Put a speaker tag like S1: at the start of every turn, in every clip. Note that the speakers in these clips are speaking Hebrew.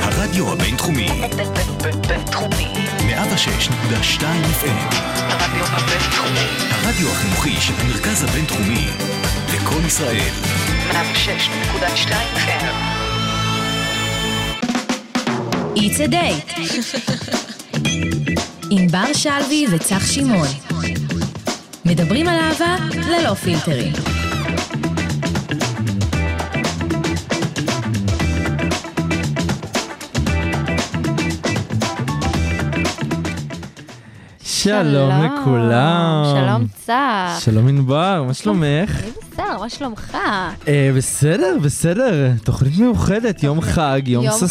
S1: הרדיו הבינתחומי,
S2: בינתחומי.
S1: 106.2 FM,
S2: הרדיו הבינתחומי.
S1: הרדיו החינוכי של המרכז הבינתחומי, לקום ישראל,
S2: 106.2 FM.
S3: It's a date. עם בר שלוי וצח שמעון. מדברים על אהבה ללא פילטרים.
S4: שלום לכולם.
S5: שלום אה. צח.
S4: שלום ענבר, מה שלומך?
S5: אני בסדר, מה שלומך?
S4: אה, בסדר, בסדר, תוכנית מיוחדת, יום חג, יום
S5: אוקיי. חג,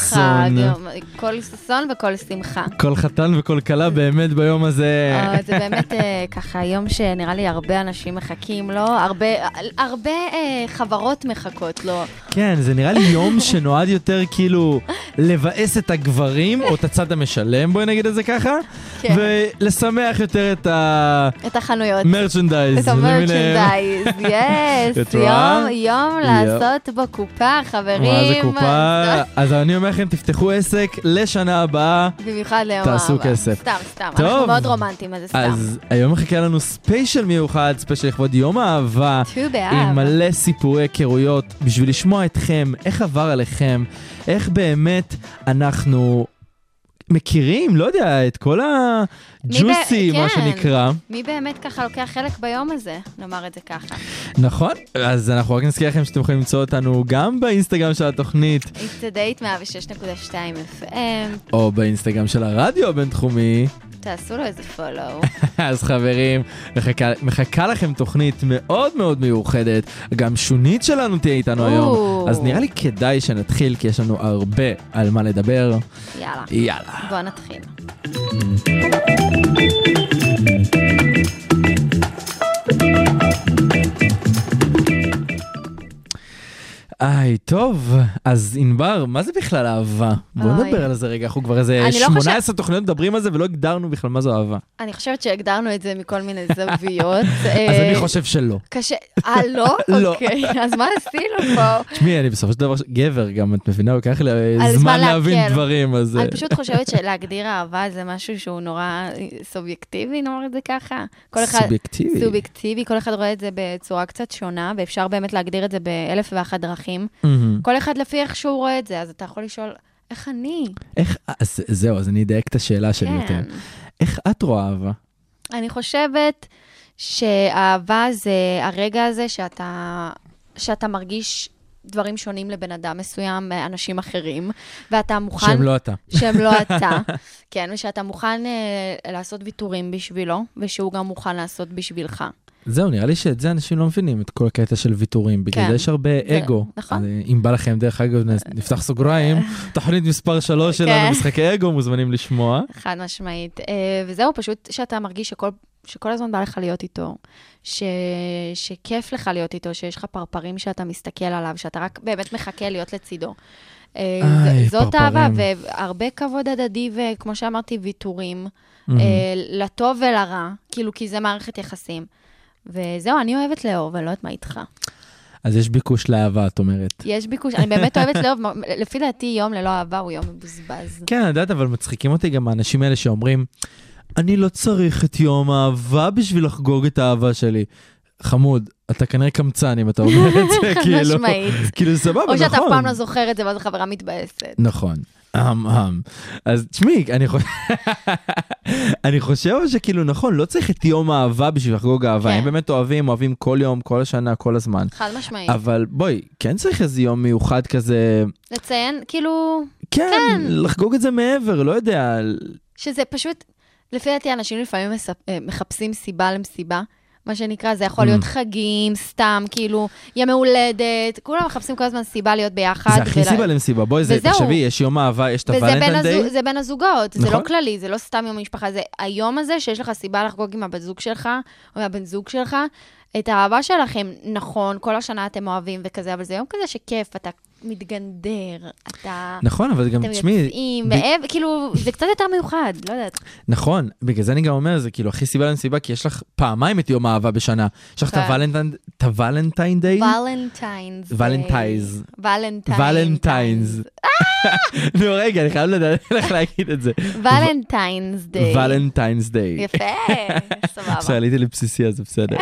S4: ששון.
S5: יום- כל ששון וכל שמחה.
S4: כל חתן וכל כלה באמת ביום הזה.
S5: אה, זה באמת אה, ככה יום שנראה לי הרבה אנשים מחכים לו, הרבה- הרבה אה, חברות מחכות לא? לו.
S4: כן, זה נראה לי יום שנועד יותר כאילו לבאס את הגברים, או את הצד המשלם, בואי נגיד את זה ככה,
S5: כן.
S4: ולשמח יותר את ה...
S5: את החנויות.
S4: מרצ'נדייז.
S5: את המרצ'נדייז, יס,
S4: את רואה?
S5: יום, יום לעשות בו קופה, חברים.
S4: מה זה קופה? אז אני אומר לכם, תפתחו עסק לשנה הבאה.
S5: במיוחד ליום האבא.
S4: תעשו כסף.
S5: סתם, סתם,
S4: טוב.
S5: אנחנו מאוד רומנטיים, אז זה סתם.
S4: אז היום מחכה לנו ספיישל מיוחד, ספיישל לכבוד יום האהבה.
S5: ט"ו באב.
S4: עם מלא סיפורי היכרויות, בשביל לשמוע אתכם, איך עבר עליכם, איך באמת אנחנו מכירים, לא יודע, את כל הג'וסי,
S5: מי ב-
S4: מה
S5: כן.
S4: שנקרא.
S5: מי באמת ככה לוקח חלק ביום הזה, נאמר את זה ככה.
S4: נכון, אז אנחנו רק נזכיר לכם שאתם יכולים למצוא אותנו גם באינסטגרם של התוכנית,
S5: It's a date 106.2 FM,
S4: או באינסטגרם של הרדיו הבינתחומי.
S5: תעשו לו איזה פולו.
S4: אז חברים, מחכה, מחכה לכם תוכנית מאוד מאוד מיוחדת, גם שונית שלנו תהיה איתנו היום,
S5: או.
S4: אז נראה לי כדאי שנתחיל, כי יש לנו הרבה על מה לדבר.
S5: יאללה,
S4: יאללה.
S5: בואו נתחיל.
S4: היי, טוב, אז ענבר, מה זה בכלל אהבה? בוא
S5: אוי.
S4: נדבר על זה רגע, אנחנו כבר איזה
S5: אני לא חושבת-
S4: 18 תוכניות מדברים על זה ולא הגדרנו בכלל מה זו אהבה.
S5: אני חושבת שהגדרנו את זה מכל מיני זוויות.
S4: אז אני
S5: אה.
S4: חושב שלא.
S5: קשה, אה, לא?
S4: לא.
S5: אוקיי, אז מה עשינו פה?
S4: תשמעי, אני בסופו של דבר ש- גבר גם, את מבינה, לוקח לי אה,
S5: על
S4: זמן
S5: זמן
S4: להבין
S5: לעכל.
S4: דברים, אז... אה,
S5: אני פשוט חושבת שלהגדיר אהבה זה משהו שהוא נורא אה, סובייקטיבי, נאמר את זה ככה. כל אחד...
S4: סובייקטיבי.
S5: סובייקטיבי, כל אחד רואה את זה בצורה קצת שונה, ואפשר באמת להגדיר את זה באלף ואחת דרכים.
S4: מהמם.
S5: כל אחד לפי איך שהוא רואה את זה, אז אתה יכול לשאול, איך אני?
S4: איך... אז זהו, אז אני אדייק את השאלה שלי יותר.
S5: כן.
S4: איך את רואה אהבה?
S5: אני חושבת שאהבה זה הרגע הזה שאתה, שאתה מרגיש דברים שונים לבן אדם מסוים, מאנשים אחרים, ואתה מוכן...
S4: שהם לא אתה.
S5: שהם לא אתה, כן, ושאתה מוכן אה, לעשות ויתורים בשבילו, ושהוא גם מוכן לעשות בשבילך.
S4: זהו, נראה לי שאת זה אנשים לא מבינים, את כל הקטע של ויתורים. בגלל
S5: כן.
S4: זה יש הרבה
S5: זה-
S4: אגו.
S5: נכון. אה,
S4: אז, אה, אם בא לכם, דרך אגב, נס- נפתח סוגריים, תוכנית מספר 3 שלנו,
S5: כן.
S4: משחקי אגו, מוזמנים לשמוע.
S5: חד משמעית. אה, וזהו, פשוט שאתה מרגיש שכל, שכל הזמן בא לך להיות איתו, ש, שכיף לך להיות איתו, שיש לך פרפרים שאתה מסתכל עליו, שאתה רק באמת מחכה להיות לצידו. אה,
S4: איי,
S5: ז- זאת אהבה,
S4: פרפרים.
S5: והרבה כבוד הדדי, וכמו שאמרתי, ויתורים,
S4: מהמם.
S5: אה, לטוב ולרע, כאילו, כי זה מערכת יחסים. וזהו, אני אוהבת לאהוב, אני לא יודעת מה איתך.
S4: אז יש ביקוש לאהבה, את אומרת.
S5: יש ביקוש, אני באמת אוהבת לאהוב, מ- לפי דעתי יום ללא אהבה הוא יום מבוזבז.
S4: כן, את יודעת, אבל מצחיקים אותי גם האנשים האלה שאומרים, אני לא צריך את יום האהבה בשביל לחגוג את האהבה שלי. חמוד, אתה כנראה קמצן אם אתה אומר את זה,
S5: חד
S4: כאילו.
S5: משמעית.
S4: כאילו, סבבה, נכון.
S5: או שאתה אף פעם לא זוכר את זה, ואז החברה מתבאסת.
S4: נכון. אמ אמ. אז תשמעי, אני חושב... אני חושב שכאילו, נכון, לא צריך את יום האהבה בשביל לחגוג אהבה.
S5: כן.
S4: הם באמת אוהבים, אוהבים כל יום, כל השנה, כל הזמן.
S5: חד משמעית.
S4: אבל בואי, כן צריך איזה יום מיוחד כזה,
S5: לציין, כאילו,
S4: כן,
S5: כן.
S4: לחגוג את זה מעבר, לא יודע.
S5: שזה פשוט, לפי דעתי, אנשים לפעמים מספ... אה, מחפשים סיבה למסיבה. מה שנקרא, זה יכול להיות
S4: Mm.
S5: חגים, סתם, כאילו, ימי הולדת, כולם מחפשים כל הזמן סיבה להיות ביחד.
S4: זה הכי
S5: ול-
S4: סיבה למסיבה, בואי, זה,
S5: וזהו.
S4: תחשבי, יש יום אהבה, יש את
S5: וזה בין,
S4: הוולנטיין
S5: הזוג,
S4: דיי.
S5: זה בין הזוגות, זה לא
S4: נכון.
S5: כללי, זה לא סתם יום המשפחה, זה היום הזה שיש לך סיבה לחגוג עם הבת זוג שלך, או עם הבן זוג שלך, את האהבה שלכם, נכון, כל השנה אתם אוהבים וכזה, אבל זה יום כזה שכיף, אתה מתגנדר, אתה...
S4: נכון, אבל גם,
S5: אתם
S4: תשמעי,
S5: יוצאים,
S4: ב-
S5: מעבר, כאילו, זה קצת יותר מיוחד, לא יודעת.
S4: נכון, בגלל זה אני גם אומר, זה כאילו הכי סיבה למסיבה, כי יש לך פעמיים את יום האהבה בשנה. יש לך את
S5: כן.
S4: הוולנטיין- את הוולנטיין דיי?
S5: ולנטיינס.
S4: ולנטייז.
S5: ולנטיינס.
S4: ולנטיינס. נו רגע, אני חייב לדעת איך להגיד את זה.
S5: ולנטיינס דיי.
S4: ולנטיינס דיי.
S5: יפה,
S4: עכשיו
S5: סבבה.
S4: עליתי לבסיסי אז זה בסדר.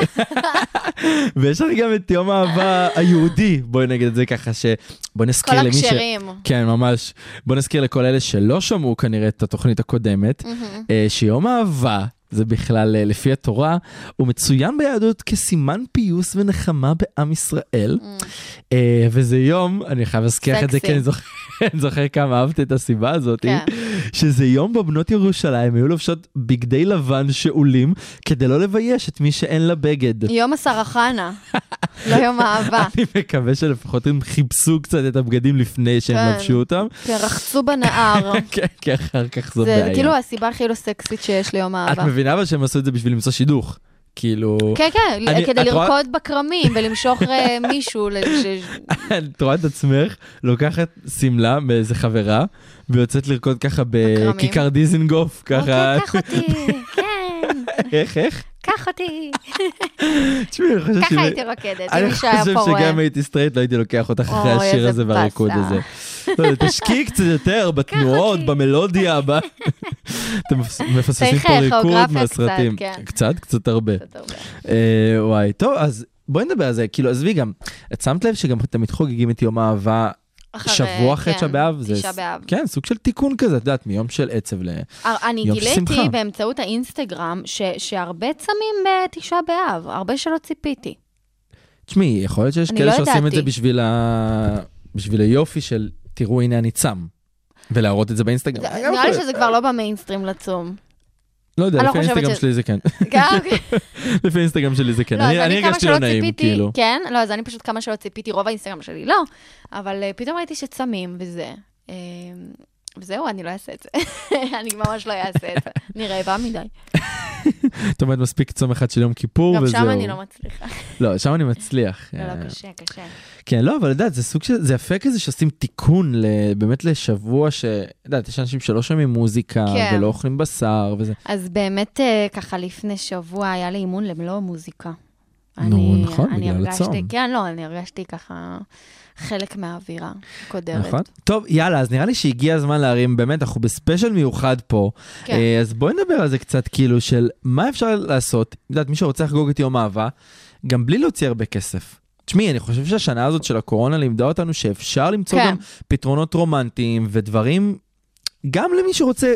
S4: ויש לך גם את יום האהבה היהודי, בואי נגיד את זה ככה, ש... בוא
S5: כל
S4: נזכיר למי ש...
S5: הקשרים.
S4: כן, ממש. בוא נזכיר לכל אלה שלא שמעו כנראה את התוכנית הקודמת, אה, שיום האהבה, זה בכלל אה, לפי התורה, הוא מצוין ביהדות כסימן פיוס ונחמה בעם ישראל. אה, וזה יום, אני חייב להזכיר לך את זה,
S5: סקסי.
S4: כי אני זוכר- אני זוכר כמה אהבת את הסיבה הזאת,
S5: כן.
S4: שזה יום בבנות ירושלים היו לובשות בגדי לבן שאולים, כדי לא לבייש את מי שאין לה בגד.
S5: יום הסרחנה, לא יום האהבה.
S4: אני מקווה שלפחות הם חיפשו קצת את הבגדים לפני שהם
S5: כן.
S4: לבשו אותם.
S5: רחצו בנהר.
S4: כן, כי אחר כך זו בעיה.
S5: זה כאילו הסיבה הכי לא סקסית שיש ליום
S4: את
S5: האהבה.
S4: מבינה אבל שהם עשו את זה בשביל למצוא שידוך. כאילו,
S5: כן, כן,
S4: אני-
S5: כדי
S4: את רואה-
S5: לרקוד בכרמים ולמשוך אה, מישהו. ל- ש-
S4: את רואה את עצמך לוקחת שמלה מאיזה חברה ויוצאת לרקוד ככה בכיכר דיזנגוף, ככה,
S5: אוקיי, קח אותי, כן,
S4: איך, איך?
S5: קח אותי.
S4: תשמעי, אני חושב
S5: ככה
S4: שזה-
S5: הייתי רוקדת, אם
S4: אני
S5: מישהו היה
S4: חושב
S5: פה רואה.
S4: שגם הייתי סטרייט לא הייתי לוקח אותך אחרי
S5: אוי,
S4: השיר
S5: איזה
S4: הזה והריקוד
S5: באסה.
S4: הזה. לא יודע, תשקיעי קצת יותר בתנועות,
S5: אותי.
S4: במלודיה, ב- אתם מפספסים
S5: צריך,
S4: פה
S5: אה,
S4: ריקוד
S5: כוריאוגרפיה קצת,
S4: מהסרטים.
S5: כן.
S4: קצת, קצת הרבה.
S5: בסדר.
S4: אה, וואי, טוב, אז בואי נדבר על זה. כאילו, עזבי גם, את שמת לב שגם תמיד חוגגים את יום האהבה
S5: אחרי-
S4: שבוע אחרי
S5: כן,
S4: תשעה באב? זה-
S5: תשעה באב. אה,
S4: כן, סוג של תיקון כזה, את יודעת, מיום של עצב ל...
S5: אני
S4: יום שמחה.
S5: גיליתי באמצעות האינסטגרם ש- שהרבה צמים בתשעה באב, הרבה שלא ציפיתי.
S4: תשמעי, יכול להיות שיש
S5: אני
S4: כאלה
S5: לא
S4: שעושים את זה
S5: ידעתי.
S4: בשביל ה- בשביל היופי של, תראו, הנה אני צם. ולהראות את זה באינסטגרם.
S5: זה-
S4: גם יכול
S5: נראה לי
S4: להיות.
S5: שזה כבר לא במיינסטרים לצום.
S4: לא יודע,
S5: אני לא
S4: לפי
S5: חושבת
S4: האינסטגרם
S5: ש-
S4: שלי זה כן.
S5: גם-
S4: לפי האינסטגרם שלי זה כן.
S5: לא, אז
S4: אני אני
S5: כמה
S4: הרגשתי
S5: שלא
S4: לא נעים,
S5: ציפיתי-
S4: כאילו.
S5: כן, לא, אז אני פשוט כמה שלא ציפיתי, רוב האינסטגרם שלי לא, אבל אה, פתאום ראיתי שצמים וזה. אה, וזהו, אני לא אעשה את זה. אני ממש לא אעשה את זה. אני רעבה מדי.
S4: זאת אומרת, מספיק צום אחד של יום כיפור,
S5: כן. גם
S4: וזהו.
S5: שם אני לא מצליחה.
S4: לא, שם אני מצליח.
S5: לא,
S4: אה,
S5: לא, קשה, קשה.
S4: כן, לא, אבל לדעת, זה סוג של, זה יפה כזה שעושים תיקון ל- באמת לשבוע ש... יודעת, יש אנשים שלא שומעים מוזיקה,
S5: כן.
S4: ולא אוכלים בשר, וזה.
S5: אז באמת, אה, ככה לפני שבוע היה לי אימון למלוא מוזיקה.
S4: נו,
S5: אני-
S4: נכון,
S5: אני
S4: בגלל
S5: הרגשתי-
S4: הצום.
S5: כן, לא, אני הרגשתי ככה חלק מהאווירה הקודרת.
S4: נכון? טוב, יאללה, אז נראה לי שהגיע הזמן להרים, באמת, אנחנו בספיישל מיוחד פה.
S5: כן.
S4: אה, אז בואי נדבר על זה קצת, כאילו, של מה אפשר לעשות, את יודעת, מי שרוצה לחגוג את יום אהבה, גם בלי להוציא הרבה כסף. תשמעי, אני חושב שהשנה הזאת של הקורונה לימדה אותנו שאפשר למצוא
S5: כן.
S4: גם פתרונות רומנטיים ודברים, גם למי שרוצה,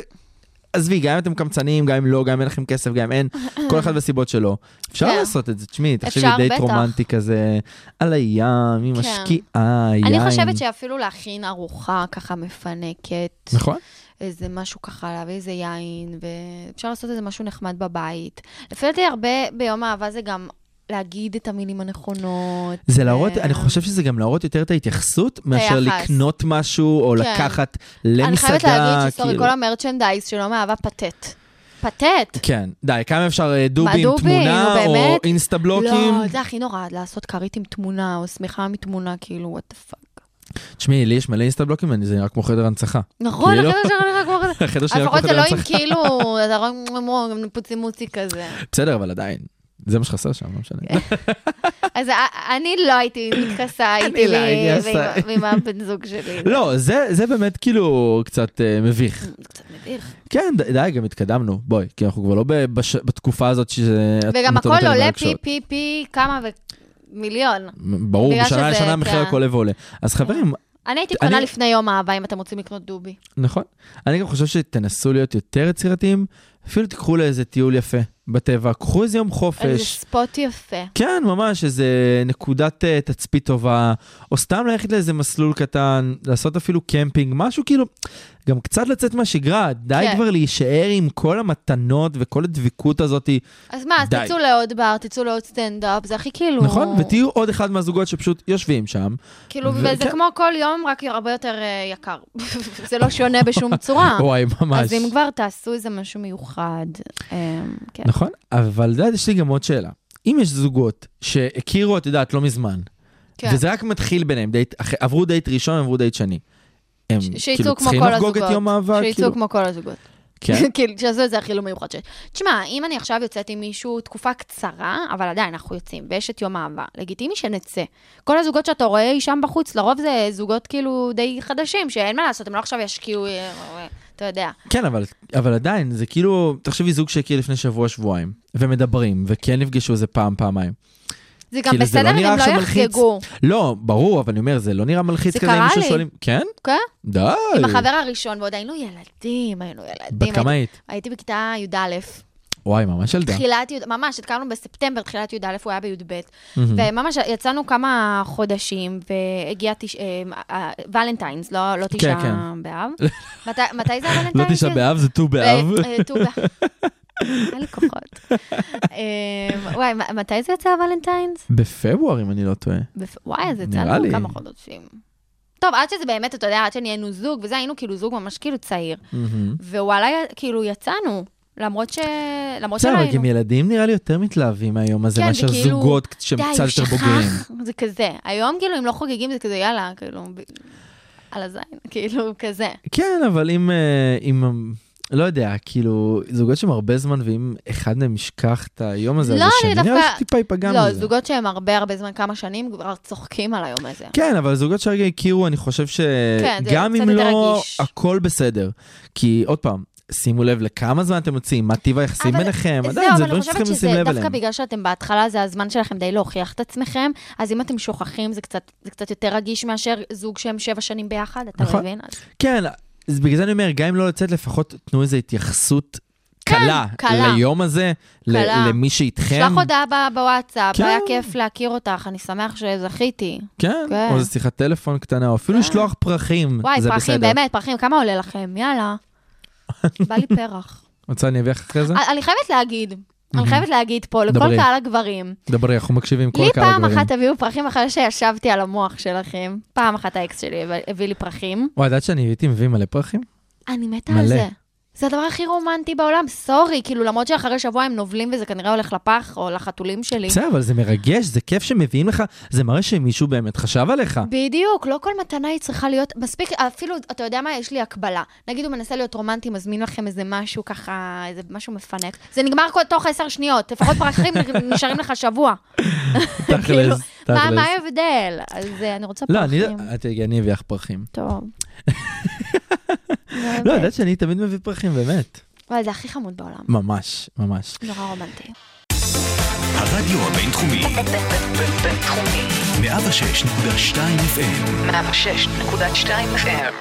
S4: עזבי, גם אם אתם קמצנים, גם אם לא, גם אם אין לכם כסף, גם אם אין, כל אחד והסיבות שלו. אפשר
S5: כן.
S4: לעשות את זה, תשמעי, תחשבי
S5: אפשר,
S4: דייט
S5: בטח.
S4: רומנטי כזה, על הים, עם
S5: כן.
S4: השקיעה, יין.
S5: אני חושבת שאפילו להכין ארוחה ככה מפנקת.
S4: נכון.
S5: איזה משהו ככה, להביא איזה יין, ואפשר לעשות איזה משהו נחמד בבית. לפי דעתי הרבה ביום האהבה זה גם להגיד את המילים הנכונות.
S4: זה להראות,
S5: אה,
S4: אני חושב שזה גם להראות יותר את ההתייחסות, מאשר
S5: היחס.
S4: לקנות משהו, או
S5: כן.
S4: לקחת למסעדה.
S5: אני חייבת להגיד שסורי,
S4: כאילו.
S5: כל המרצ'נדייז של יום האהבה פתט. פתט!
S4: כן, די, כמה אפשר אה, דובין,
S5: דובין?
S4: תמונה,
S5: נו,
S4: או
S5: באמת?
S4: אינסטה בלוקים.
S5: לא, זה הכי נורא, לעשות כרית עם תמונה, או שמיכה מתמונה, כאילו, וואט דה פאק.
S4: תשמעי, לי יש מלא אינסטה בלוקים, אני- זה נראה כמו חדר הנצחה.
S5: נכון,
S4: כאילו.
S5: החדר שלך נראה כמו כזה.
S4: החדר
S5: אז
S4: שלי נראה כמו
S5: לפחות זה
S4: חדר
S5: לא עם
S4: הנצחה.
S5: כאילו, אתה רואה פוצימוצי כזה.
S4: בסדר, אבל עדיין. זה מה שחסר שם, לא משנה.
S5: כן. אז א- אני לא הייתי מתכסה, הייתי
S4: לא
S5: לי-
S4: הייתי
S5: ועם-
S4: עושה.
S5: ועם הבן זוג שלי.
S4: לא, זה זה באמת כאילו קצת אה, מביך.
S5: זה קצת מביך.
S4: כן, ד- די, גם התקדמנו, בואי, כי אנחנו כבר לא ב- בש- בתקופה הזאת שזה... את
S5: וגם
S4: נותנת
S5: הכל
S4: לי
S5: עולה פי
S4: מהרגשות.
S5: פי פי כמה ומיליון.
S4: ברור,
S5: בגלל
S4: בשנה
S5: שזה-
S4: לשנה המחיר
S5: כן.
S4: הכל עולה ועולה. אז חברים,
S5: אני הייתי
S4: אני-
S5: קונה לפני יום אהבה, אם אתם רוצים לקנות דובי.
S4: נכון. אני גם חושב שתנסו להיות יותר יצירתיים, אפילו תיקחו לאיזה טיול יפה בטבע, קחו איזה יום
S5: איזה
S4: חופש.
S5: ספוט יפה.
S4: כן, ממש, איזה נקודת אה, תצפית טובה, או סתם ללכת לאיזה מסלול קטן, לעשות אפילו קמפינג, משהו כאילו, גם קצת לצאת מהשגרה, די
S5: כן.
S4: כבר להישאר עם כל המתנות וכל הדבקות הזאת,
S5: אז מה, אז
S4: די.
S5: תצאו לעוד בר, תצאו לעוד סטנדאפ, זה הכי כאילו...
S4: נכון? ותהיו עוד אחד מהזוגות שפשוט יושבים שם.
S5: כאילו,
S4: ו-
S5: וזה
S4: כן.
S5: כמו כל יום, רק הרבה יותר אה, יקר. זה לא שונה בשום צורה.
S4: וואי, ממש.
S5: אה, אז אם כבר תעשו איזה משהו מיוחד, אמ, כן.
S4: נכון, אבל את יודעת, יש לי גם עוד שאלה. אם יש זוגות שהכירו, את יודעת, לא מזמן,
S5: כן.
S4: וזה רק מתחיל ביניהם, דייט, אחרי, עברו דייט ראשון, עברו דייט שני. הם
S5: ש- שיצאו
S4: כאילו
S5: כמו
S4: צריכים
S5: כל
S4: לחגוג
S5: הזוגות.
S4: את יום האהבה,
S5: שיצאו
S4: כאילו.
S5: כמו כל הזוגות.
S4: כן,
S5: כאילו, שיעשו את זה הכי לא מיוחד שיש. תשמע, אם אני עכשיו יוצאת עם מישהו תקופה קצרה, אבל עדיין אנחנו יוצאים, ויש את יום האהבה, לגיטימי שנצא. כל הזוגות שאתה רואה שם בחוץ, לרוב זה זוגות כאילו די חדשים, שאין מה לעשות, הם לא עכשיו ישקיעו, אה, אה, אתה יודע.
S4: כן אבל, אבל עדיין, זה כאילו, תחשבי זוג שהכיר לפני שבוע, שבועיים, ומדברים, וכן נפגשו איזה פעם, פעמיים.
S5: זה גם
S4: כאילו, זה
S5: בסדר
S4: לא
S5: אם
S4: נראה
S5: הם לא
S4: עכשיו מלחיץ.
S5: יחגגו.
S4: לא, ברור, אבל אני אומר, זה לא נראה מלחיץ
S5: זה
S4: כזה,
S5: קרה
S4: אם מישהו
S5: לי.
S4: שואלים... כן?
S5: כן?
S4: די.
S5: עם החבר הראשון, ועוד היינו ילדים, היינו ילדים.
S4: אה. בת כמה
S5: הייתי-
S4: היית?
S5: הייתי בכיתה י"א.
S4: וואי, ממש ילדה.
S5: תחילת י', ממש, התקרנו בספטמבר, תחילת י"א, הוא היה בי"ב. וממש יצאנו כמה חודשים, והגיע תש... אה, אה, ולנטיינס, לא לא תשעה
S4: כן.
S5: באב. מתי- מתי זה הוולנטיינס?
S4: לא תשעה באב, זה ט"ו באב.
S5: אה, אה, ט"ו באב. אין לי כוחות. אה, וואי, מ- מתי זה יצא הוולנטיינס?
S4: בפברואר, אם אני לא טועה.
S5: בפ- וואי, זה יצא
S4: נראה
S5: לנו
S4: לי.
S5: כמה חודשים. טוב, עד שזה באמת, אתה יודע, עד שנהיינו זוג, וזה, היינו כאילו זוג ממש כאילו צעיר. ווואלה, כאילו, יצאנו, למרות ש... למרות
S4: בסדר,
S5: שלא
S4: אבל
S5: היינו.
S4: גם ילדים נראה לי יותר מתלהבים מהיום הזה,
S5: כאילו- כן,
S4: מאשר
S5: זה כאילו,
S4: זוגות שהם
S5: די,
S4: קצת
S5: הוא
S4: יותר בוגרים.
S5: זה כזה. היום כאילו, אם לא חוגגים, זה כזה, יאללה, כאילו, ב- על הזין, כאילו, כזה.
S4: כן, אבל אם, אה, אם, לא יודע, כאילו, זוגות שהם הרבה זמן, ואם אחד מהם ישכח את היום הזה,
S5: לא,
S4: אז
S5: אני
S4: השני
S5: דווקא-
S4: נראה לי שטיפה ייפגע
S5: לא,
S4: מזה.
S5: זוגות שהם הרבה הרבה זמן, כמה שנים, כבר צוחקים על היום הזה.
S4: כן, אבל זוגות שהרגע הכירו, אני חושב
S5: כן, זה
S4: שגם
S5: קצת
S4: אם
S5: יותר
S4: לא,
S5: רגיש.
S4: הכל בסדר. כי עוד פעם, שימו לב לכמה זמן אתם יוצאים, מה טיב היחסים
S5: אבל-
S4: ביניכם,
S5: זהו,
S4: עדיין, זה
S5: אבל אני
S4: דברים שצריכים
S5: חושבת
S4: לשים
S5: שזה
S4: לב
S5: דווקא
S4: אליהם.
S5: בגלל שאתם בהתחלה, זה הזמן שלכם די להוכיח את עצמכם, אז אם אתם שוכחים, זה קצת- זה קצת יותר רגיש מאשר זוג שהם שבע שנים ביחד, אתה
S4: נכון.
S5: מבין? אז-
S4: כן, אז בגלל זה אני אומר, גם אם לא לצאת, לפחות תנו איזו התייחסות
S5: כן,
S4: קלה
S5: קלה.
S4: ליום הזה, ל-
S5: קלה.
S4: למי שאיתכם.
S5: שלח הודעה ב- בוואטסאפ,
S4: כן.
S5: היה כיף להכיר אותך, אני שמח שזכיתי.
S4: כן,
S5: כן.
S4: או איזו שיחת טלפון קטנה, או אפילו לשלוח פרחים,
S5: וואי,
S4: זה
S5: פרחים,
S4: בסדר.
S5: באמת, פרחים, כמה עולה לכם? יאללה. בא לי פרח.
S4: רוצה אני אביא לך אחרי זה?
S5: אני- אני חייבת להגיד, אני חייבת להגיד פה, לכל
S4: אה? דברי.
S5: קהל הגברים,
S4: דברי, אנחנו מקשיבים כל
S5: לי
S4: הקהל
S5: פעם
S4: הגברים.
S5: אחת הביאו פרחים אחרי שישבתי על המוח שלכם. פעם אחת האקס שלי הביא- הביא לי פרחים.
S4: וואי, ידעת שאני הייתי מביא מלא פרחים?
S5: אני מתה
S4: מלא.
S5: על זה. זה הדבר הכי רומנטי בעולם, סורי, כאילו, למרות שאחרי שבוע הם נובלים וזה כנראה הולך לפח או לחתולים שלי.
S4: בסדר, אבל זה מרגש, זה כיף שמביאים לך, זה מראה שמישהו באמת חשב עליך.
S5: בדיוק, לא כל מתנה היא צריכה להיות, מספיק, אפילו, אתה יודע מה, יש לי הקבלה. נגיד הוא מנסה להיות רומנטי, מזמין לכם איזה משהו ככה, איזה משהו מפנק. זה נגמר כל תוך עשר שניות, לפחות פרחים נשארים לך שבוע. כאילו,
S4: תכלס,
S5: מה
S4: תכלס.
S5: מה ההבדל? אז אה, אני רוצה
S4: לא, אני-
S5: פרחים.
S4: אה, תגידי, אני אביא לך פרחים.
S5: טוב. אוקיי.
S4: לא, ידעת שאני תמיד מביא פרחים, באמת.
S5: וואי, זה הכי חמוד בעולם.
S4: ממש, ממש.
S5: נורא רומנטי.
S1: הרדיו הבינתחומי,
S6: בינתחומי,
S1: 106.2 FM,
S6: 106.2 FM,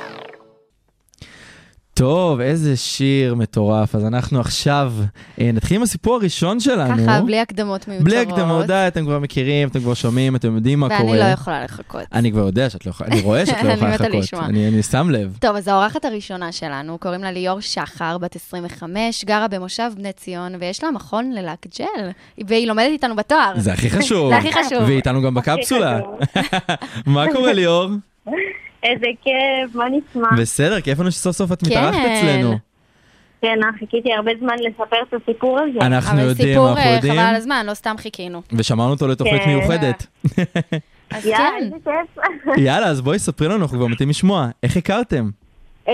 S4: טוב, איזה שיר מטורף. אז אנחנו עכשיו אה, נתחיל עם הסיפור הראשון שלנו.
S5: ככה, בלי הקדמות מיותרות.
S4: אה, בלי הקדמות, די, אתם כבר מכירים, אתם כבר שומעים, אתם יודעים מה קורה.
S5: ואני לא יכולה לחכות.
S4: אני כבר יודע שאת לא יכולה, אני רואה שאת לא
S5: אני
S4: יכולה
S5: מתה
S4: לחכות.
S5: לשמוע.
S4: אני אני שם לב.
S5: טוב, אז האורחת הראשונה שלנו, קוראים לה ליאור שחר, בת 25, גרה במושב בני ציון, ויש לה מכון ללק ג'ל, והיא לומדת איתנו בתואר.
S4: זה הכי חשוב.
S5: זה הכי חשוב.
S4: והיא איתנו גם בקפסולה.
S7: חשוב.
S4: מה קורה ליאור?
S7: איזה כיף, מה נשמע?
S4: בסדר, כיף לנו שסוף סוף את מתארחת
S5: כן.
S4: אצלנו.
S7: כן, אה, חיכיתי הרבה זמן לספר את הסיפור הזה.
S4: אנחנו יודעים,
S5: אבל
S4: אנחנו
S5: סיפור אה,
S4: יודעים,
S5: חבל על הזמן, לא סתם חיכינו.
S4: ושמענו אותו לתוכנית
S7: כן.
S4: מיוחדת.
S5: אז
S7: יאללה,
S5: כן,
S7: איזה כיף.
S4: יאללה, אז בואי ספרי לנו, אנחנו כבר מתים לשמוע. איך הכרתם?
S7: אמ,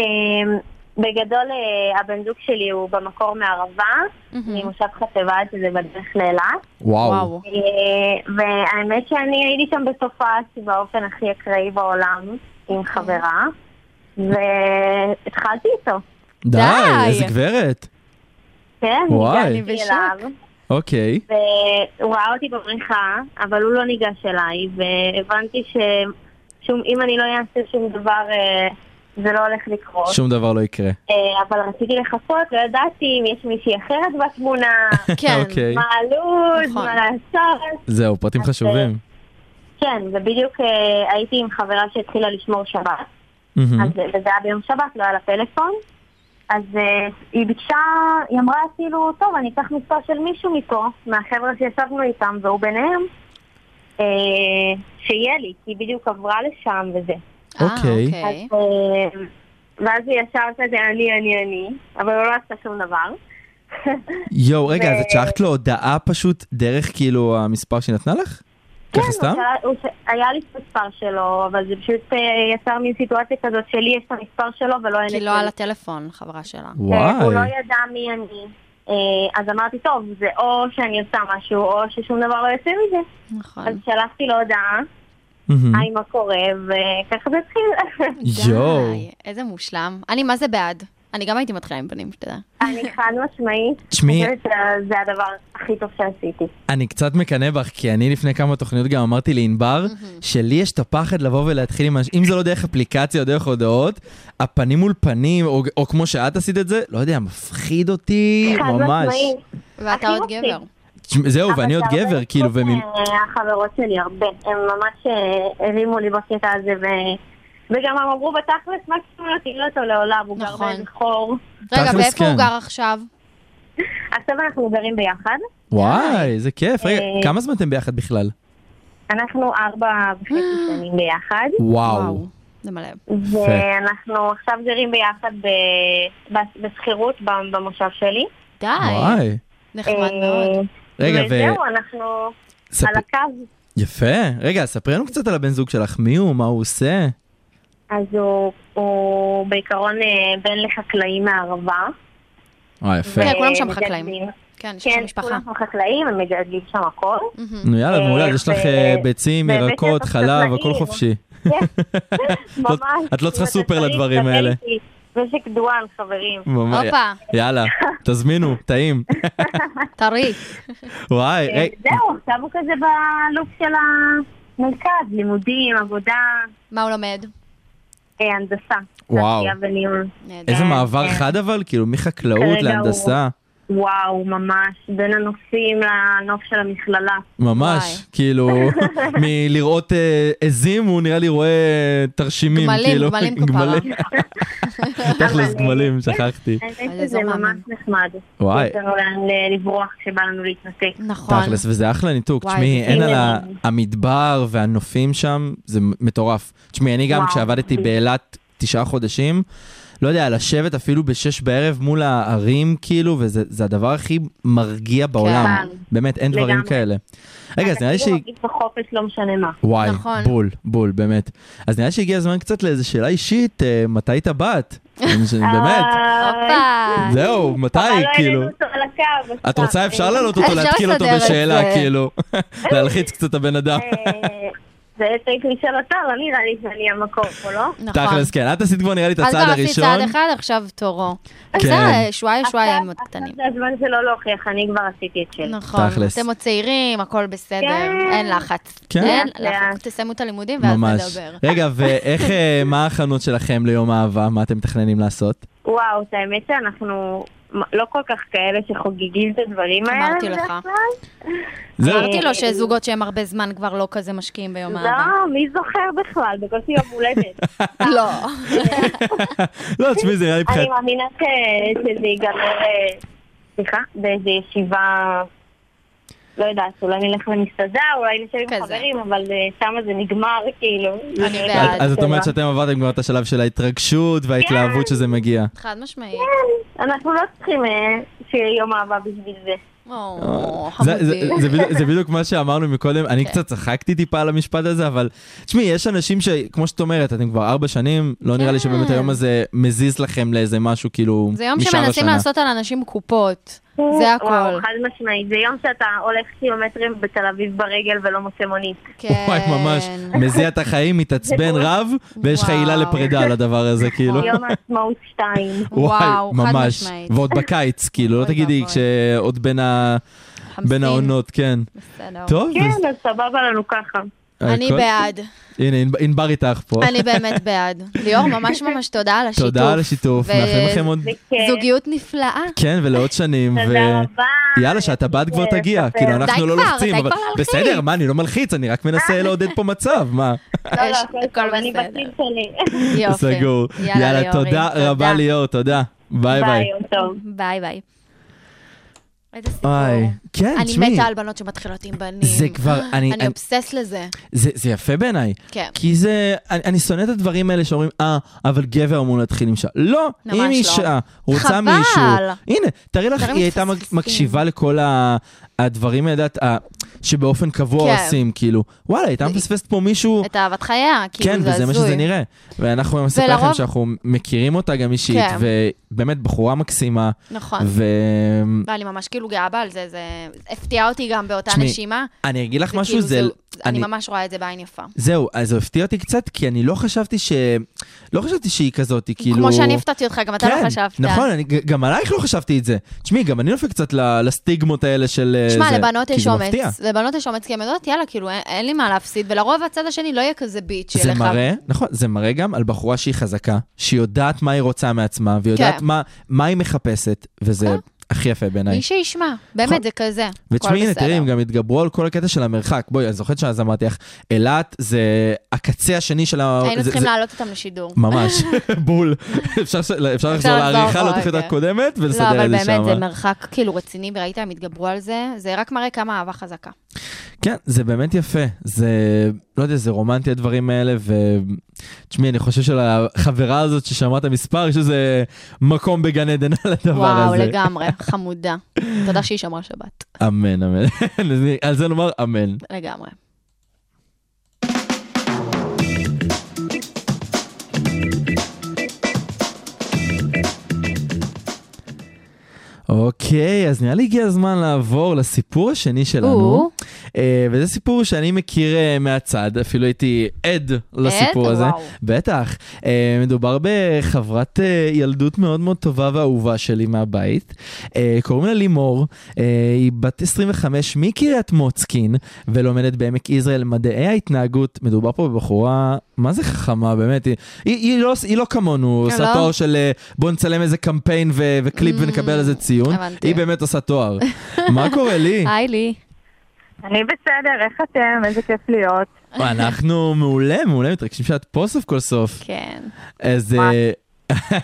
S7: בגדול, אה, הבן זוג שלי הוא במקור מערבה, ממושב חצבת, שזה בדרך לאילת.
S4: וואו.
S5: וואו.
S7: אה, והאמת שאני הייתי שם בסופת באופן הכי אקראי בעולם, עם חברה, והתחלתי איתו.
S4: די,
S5: די.
S4: איזה גברת.
S7: כן,
S4: וואי.
S7: ניגשתי
S4: אני
S5: בשוק.
S7: אליו.
S4: אוקיי.
S7: והוא ראה אותי בבריכה, אבל הוא לא ניגש אליי, והבנתי שאם אני לא אעשה שום דבר, אה, זה לא הולך לקרות.
S4: שום דבר לא יקרה.
S7: אה, אבל רציתי לחכות, לא ידעתי אם יש מישהי אחרת בתמונה,
S5: כן.
S4: אוקיי.
S7: מה הלו"ז,
S5: נכון.
S7: מה לעשות.
S4: זהו, פרטים
S5: אוקיי.
S7: אז,
S4: חשובים.
S7: כן, ובדיוק אה, הייתי עם חברה שהתחילה לשמור שבת,
S4: מהמם.
S7: אז
S5: Mm-hmm.
S7: וזה היה ביום שבת, לא היה לה פלאפון. אז אה, היא ביקשה, היא אמרה כאילו, טוב, אני אקח מספר של מישהו מפה, מהחבר'ה שישבנו איתם, והוא ביניהם, אה, שיהיה לי, כי היא בדיוק עברה לשם וזה.
S5: אה,
S4: אוקיי.
S7: אז,
S5: אוקיי.
S7: אה, ואז הוא ישר כזה, אני, אני, אני, אבל הוא לא עשה שום דבר.
S4: יואו, רגע,
S7: ו-
S4: אז את שלחת לו הודעה פשוט דרך כאילו המספר שהיא נתנה לך?
S5: כן,
S4: ככה סתם?
S7: כן, הוא שאל- הוא ש- היה לי את המספר שלו, אבל זה פשוט אה, יצר מין סיטואציה כזאת שלי יש את המספר שלו ולא אין
S5: כי
S7: את
S5: לא
S7: שלי.
S5: על הטלפון, חברה שלה.
S7: אה, הוא לא
S4: וואי.
S7: ידע מי אני. אה, אז אמרתי, טוב, זה או שאני עושה משהו, או ששום דבר לא יוצא מזה.
S5: נכון.
S4: אה.
S7: אז שלחתי לו הודעה,
S4: מהמם.
S7: היי, מה קורה, וככה זה התחיל.
S4: יואו.
S5: די, איזה מושלם. אני מה זה בעד? אני גם הייתי מתחילה עם בנים, שתדע.
S7: אני חד משמעית,
S4: תשמעי-
S7: חושבת שזה הדבר הכי טוב שעשיתי.
S4: אני קצת מקנא בך, כי אני לפני כמה תוכניות גם אמרתי לענבר, שלי יש את הפחד לבוא ולהתחיל עם... אנש- אם זה לא דרך אפליקציה או דרך הודעות, הפנים מול פנים, או, או כמו שאת עשית את זה, לא יודע, מפחיד אותי
S7: חד
S4: אה, ממש.
S7: משמעית.
S5: ואתה
S7: הכי
S5: עוד
S7: מפחיד.
S5: גבר.
S4: תשמע, זהו,
S7: אבל
S4: ואני
S7: זה
S4: עוד
S7: הרבה
S4: גבר,
S7: בזכות,
S4: כאילו, וממ...
S7: אה, החברות שלי הרבה, הן ממש אה, הרימו לי בקטע הזה, ו- וגם הם אמרו בתכלס, מקסימום לא תראה אותו לעולם, הוא גר
S5: נכון.
S7: בבכור.
S5: רגע,
S4: תכלס,
S5: ואיפה
S4: כן.
S5: הוא גר עכשיו?
S7: עכשיו אנחנו גרים ביחד,
S4: וואי, איזה כיף. רגע,
S7: אה,
S4: כמה זמן אתם ביחד בכלל?
S7: אנחנו ארבע וחצי
S4: אה.
S7: שנים ביחד,
S4: וואו.
S5: זה מלא.
S7: ואנחנו עכשיו גרים ביחד ב- ב- בשכירות ב- במושב שלי.
S5: די,
S4: וואי.
S5: נחמד
S7: אה,
S5: מאוד.
S4: רגע,
S7: וזהו, אנחנו
S4: וספר-
S7: על הקו.
S4: יפה. רגע, ספרי לנו קצת על הבן זוג שלך, מי הוא, מה הוא עושה.
S7: אז הוא, הוא בעיקרון אה, בן לחקלאים מהערבה.
S4: וואי, יפה.
S5: כן, כולם שם
S7: ומגדלים.
S5: חקלאים. כן, יש
S7: כן,
S5: שם משפחה.
S7: כולם שם חקלאים, הם מגדלים שם הכל.
S4: נו יאללה,
S7: אה,
S4: מעולה, אז יש לך
S7: ו-
S4: אה, ביצים,
S7: באמת יש
S4: ירקות,
S7: לך
S4: חלב, הכל
S7: חקלאים.
S4: חופשי.
S7: ממש.
S4: את לא צריכה
S7: אם אתה
S4: סופר
S7: צריך,
S4: לדברים
S7: דבר
S4: האלה.
S7: איתי. משק דואן, חברים.
S4: ממש.
S5: הופה, אה,
S4: יאללה, תזמינו, טעים.
S5: טרי.
S4: וואי,
S7: אה,
S4: רגע,
S7: זהו, עכשיו הוא כזה בלופ של המרכז, לימודים, עבודה,
S5: מה הוא לומד?
S7: אה, הנדסה.
S4: וואו.
S7: תעשייה וניהול.
S5: נהדר.
S4: איזה מעבר
S7: כן.
S5: אה.
S4: חד אבל, כאילו, מחקלאות
S7: כרגע
S4: להנדסה.
S7: וואו, ממש, בין הנופים לנוף של המכללה.
S4: ממש,
S5: וואי.
S4: כאילו, מלראות אה, עזים, הוא נראה לי רואה תרשימים,
S5: גמלים,
S4: כאילו.
S5: גמלים כפרה.
S4: תכלס גמלים, שכחתי.
S7: האמת
S5: אבל
S7: שזה
S5: אזור
S7: ממש
S5: מאמין.
S7: נחמד.
S4: וואי.
S7: יש לנו לאן אה, לברוח כשבא לנו להתנתק.
S5: נכון.
S4: תכלס, וזה אחלה ניתוק.
S5: וואי,
S4: תשמעי,
S5: זה
S4: אין
S7: כאילו-
S4: על ה-
S7: מדהים.
S4: המדבר והנופים שם, זה מטורף. תשמעי, אני גם
S7: וואו.
S4: כשעבדתי באילת תשעה חודשים, לא יודע, לשבת אפילו בשש בערב מול הערים, כאילו, וזה זה הדבר הכי מרגיע בעולם.
S7: כן.
S4: באמת, אין דברים
S7: לגמרי.
S4: כאלה. רגע, אז נראה לי
S7: אתה
S4: ש...
S7: כאילו מרגיש בחופש לא משנה מה.
S4: וואי,
S5: נכון.
S4: בול, בול, באמת. אז נראה לי שהגיע הזמן קצת לאיזו שאלה אישית, אה, מתי את הבת? באמת.
S7: אה,
S5: הופה.
S4: זהו, מתי,
S7: אבל לא
S4: כאילו?
S7: העלינו אותו על הקו, אז
S4: את רוצה,
S7: סתם.
S4: אפשר להעלות אותו,
S5: אה, אפשר
S4: להתקיל אותו
S5: לסדר את
S4: בשאלה,
S5: זה.
S4: כאילו. להלחיץ קצת את הבן אדם.
S7: אה, זה צריך לשאול אותו, לא נראה לי שאני המקור פה, לא?
S5: נכון.
S4: תכלס, כן, את עשית כבר נראה לי את
S5: אז
S4: הצעד
S5: כבר עשית
S4: הראשון.
S5: צעד אחד, עכשיו תורו.
S4: כן.
S5: בסדר, שוואיה שוואיה הם עוד
S7: עכשיו-
S5: קטנים.
S7: עכשיו זה הזמן שלו להוכיח, אני כבר עשיתי את שלי.
S5: נכון.
S4: תכלס.
S5: אתם עוד צעירים, הכל בסדר,
S7: כן.
S5: אין לחץ.
S4: כן.
S5: אין
S7: לאט, לאט.
S5: לחץ. תסיימו את הלימודים ואז
S4: ממש.
S5: נדבר.
S4: רגע, ואיך, אה, מה ההכנות שלכם ליום האהבה? מה אתם מתכננים לעשות?
S7: וואו, את האמת שאנחנו לא כל כך כאלה שחוגגים את הדברים האלה.
S5: אמרתי לך.
S7: בדרך כלל.
S4: זהו,
S5: אמרתי לו שזוגות שהם הרבה זמן כבר לא כזה משקיעים ביום האבא.
S7: לא, מי זוכר בכלל? בקושי יום הולדת.
S5: לא.
S4: לא, תשמעי, זה נראה לי מבחינת...
S7: אני מאמינה ש- שזה ייגמר, אה, סליחה, באיזו ישיבה, לא יודעת, אולי נלך למסעדה, אולי נשב עם
S5: כזה.
S7: חברים, אבל אה, שם זה נגמר, כאילו.
S5: אני
S7: אה,
S5: בעד.
S4: אז את אומרת שאתם עברתם כבר את השלב של ההתרגשות
S5: כן.
S4: וההתלהבות שזה מגיע.
S5: חד משמעית.
S7: אנחנו לא צריכים אה, שיהיה יום אהבה בשביל זה.
S5: או,
S4: אה, זה- זה-
S5: חמודי. כן.
S4: זה בדיוק- זה בדיוק מה שאמרנו מקודם, אני קצת צחקתי טיפה על המשפט הזה, אבל תשמעי, יש אנשים שכמו שאת אומרת, אתם כבר ארבע שנים, לא נראה לי שבאמת היום הזה מזיז לכם לאיזה משהו כאילו
S5: אה. זה יום
S4: משאר
S5: שמנסים
S4: השנה.
S5: לעשות על אנשים קופות. זה
S7: אה, וואו,
S5: הכל.
S7: חד משמעית. זה יום שאתה הולך קילומטרים בתל אביב ברגל ולא מוצא מונית.
S5: כן.
S4: וואי, ממש, מזיע את החיים, מתעצבן רב, ויש לך עילה
S5: וואו. נכון.
S4: לפרידה על הדבר הזה, כאילו.
S7: יום העצמאות 2.
S5: וואו, חד
S4: ממש.
S5: משמעית.
S4: ועוד בקיץ, כאילו, לא
S5: אוי
S4: תגידי,
S5: ואבוי.
S4: כשעוד בין ה- בין
S5: חמסין.
S4: העונות, כן.
S5: בסדר.
S4: טוב, אז-
S7: כן, אז סבבה לנו ככה.
S5: אני
S4: הכל-
S5: בעד.
S4: הנה, ענב- ענבר איתך פה.
S5: אני באמת בעד. ליאור, ממש ממש תודה על השיתוף.
S4: תודה על השיתוף,
S5: ו-
S4: מאחלים לכם עוד...
S7: וכן,
S5: זוגיות נפלאה.
S4: כן, ולעוד שנים, ו...
S7: תודה רבה.
S4: יאללה, שאת הבת כבר
S7: אה,
S4: תגיע,
S7: ספר.
S4: כאילו, אנחנו
S5: די
S4: לא
S5: כבר,
S4: לוחצים,
S5: די
S4: אבל...
S5: כבר אה. להלחיץ.
S4: בסדר, מה, אני לא מלחיץ, אני רק מנסה לעודד פה מצב, מה?
S7: לא, לא,
S5: יש-
S7: הכל טוב, אני בטיל שלי.
S5: יופי.
S4: כן. סגור. יאללה,
S5: ליאורי,
S4: תודה רבה ליאור, תודה. ביי ביי.
S7: יום טוב.
S5: ביי ביי. איזה סיפור.
S4: אוי, כן,
S5: אני
S4: תשמעי.
S5: מתה על בנות שמתחילות עם בנים.
S4: זה כבר, אני- אני- כן,
S5: אני אובסס לזה.
S4: זה, זה יפה בעיניי.
S5: כן.
S4: כי זה, אני, אני שונא את הדברים האלה שאומרים, אה, אבל גבר אמור להתחיל עם אישה. לא,
S5: ממש
S4: אם
S5: לא.
S4: אישה רוצה
S5: חבל.
S4: מישהו, הנה, תארי לך,
S5: דברים
S4: היא הייתה
S5: מפספסים.
S4: מקשיבה לכל ה... הדברים האלה, את יודעת, שבאופן קבוע
S5: כן.
S4: עושים, כאילו, וואלה, הייתה מפספסת פה מישהו,
S5: את אהבת חייה, כאילו
S4: כן,
S5: זה הזוי.
S4: וזה מה שזה נראה. ואנחנו היום נספר לכם
S5: ולרוב-
S4: שאנחנו מכירים אותה גם אישית,
S5: כן.
S4: ובאמת בחורה מקסימה,
S5: נכון.
S4: ואני
S5: ואני ממש כאילו גאה בה על זה, זה הפתיע אותי גם באותה
S4: תשמעי,
S5: נשימה.
S4: אגיד לך
S5: זה
S4: משהו,
S5: כאילו
S4: זה...
S5: אני
S4: אני-
S5: ממש רואה את זה בעין יפה.
S4: זהו, אז זה הפתיע אותי קצת, כי אני לא חשבתי ש... לא חשבתי שהיא כזאת, היא כאילו...
S5: כמו שאני הפתעתי אותך, גם אתה
S4: כן,
S5: לא חשבת.
S4: נכון, אני, ג- גם עלייך לא חשבתי את זה. תשמעי, גם אני נופל קצת ל- לסטיגמות האלה של... אה,
S5: שמע,
S4: זה,
S5: לבנות
S4: כי
S5: יש
S4: זה מפתיע.
S5: אומץ. לבנות יש אומץ, כי הן יודעות, יאללה, כאילו, אין- אין לי מה להפסיד, ולרוב הצד השני לא יהיה כזה ביט שיהיה
S4: זה
S5: לך.
S4: מראה, נכון, זה מראה גם על בחורה שהיא חזקה, שהיא יודעת מה היא רוצה מעצמה, והיא יודעת
S5: כן.
S4: מה, מה היא מחפשת, וזה
S5: נכון.
S4: הכי יפה בעיניי.
S5: מי שישמע,
S4: נכון.
S5: באמת, זה כזה.
S4: ותשמעי,
S5: הכל
S4: הנה,
S5: בסדר.
S4: תראי, הם גם התגברו על כל הקטע של המרחק. בואי, אני זוכרת שאז אמרתי לך, אילת זה הקצה השני של ה...
S5: היינו
S4: זה-
S5: צריכים
S4: זה-
S5: להעלות אותם לשידור.
S4: ממש, בול. אפשר ש- אפשר לחזור
S5: לחזור
S4: לעריכה,
S5: אחורה,
S4: לתוכנית
S5: כן.
S4: הקודמת,
S5: לא,
S4: ולסדר
S5: אבל
S4: את זה
S5: באמת,
S4: שם. אה?
S5: זה מרחק כאילו רציני, וראית, הם התגברו על זה, זה רק מראה כמה אהבה חזקה.
S4: כן, זה באמת יפה. זה, לא יודע, זה רומנטי הדברים האלה, ו... תשמעי, אני חושב שלחברה הזאת ששמעה את המספר, יש איזה מקום בגן עדן על הדבר
S5: וואו,
S4: הזה.
S5: לגמרי, חמודה. תודה שהיא שמרה שבת,
S4: אמן, אמן. על זה נאמר אמן.
S5: לגמרי.
S4: אוקיי, אז נראה לי הגיע הזמן לעבור לסיפור השני שלנו.
S5: הוא?
S4: אה, וזה סיפור שאני מכיר אה, מהצד, אפילו הייתי עד לסיפור
S5: עד?
S4: הזה.
S5: וואו.
S4: בטח. אה, מדובר בחברת אה, ילדות מאוד מאוד טובה ואהובה שלי מהבית. אה, קוראים לה לימור, אה, היא בת 25 מקריית מוצקין, ולומדת בעמק יזרעאל מדעי ההתנהגות. מדובר פה בבחורה, מה זה חכמה באמת? היא, היא, היא, לא, היא לא כמונו,
S5: לא? Mm.
S4: עושה תואר של אה, בוא נצלם איזה קמפיין ו- וקליפ ונקבל על זה ציון.
S5: הבנתי.
S4: היא באמת עושה תואר. מה קורה לי?
S5: היי לי.
S8: אני בסדר, איך אתם? איזה כיף להיות.
S4: אנחנו מעולה, מעולה, מתרגשים שאת פה סוף כל סוף.
S5: כן.
S4: אז...
S8: מה?
S4: אה,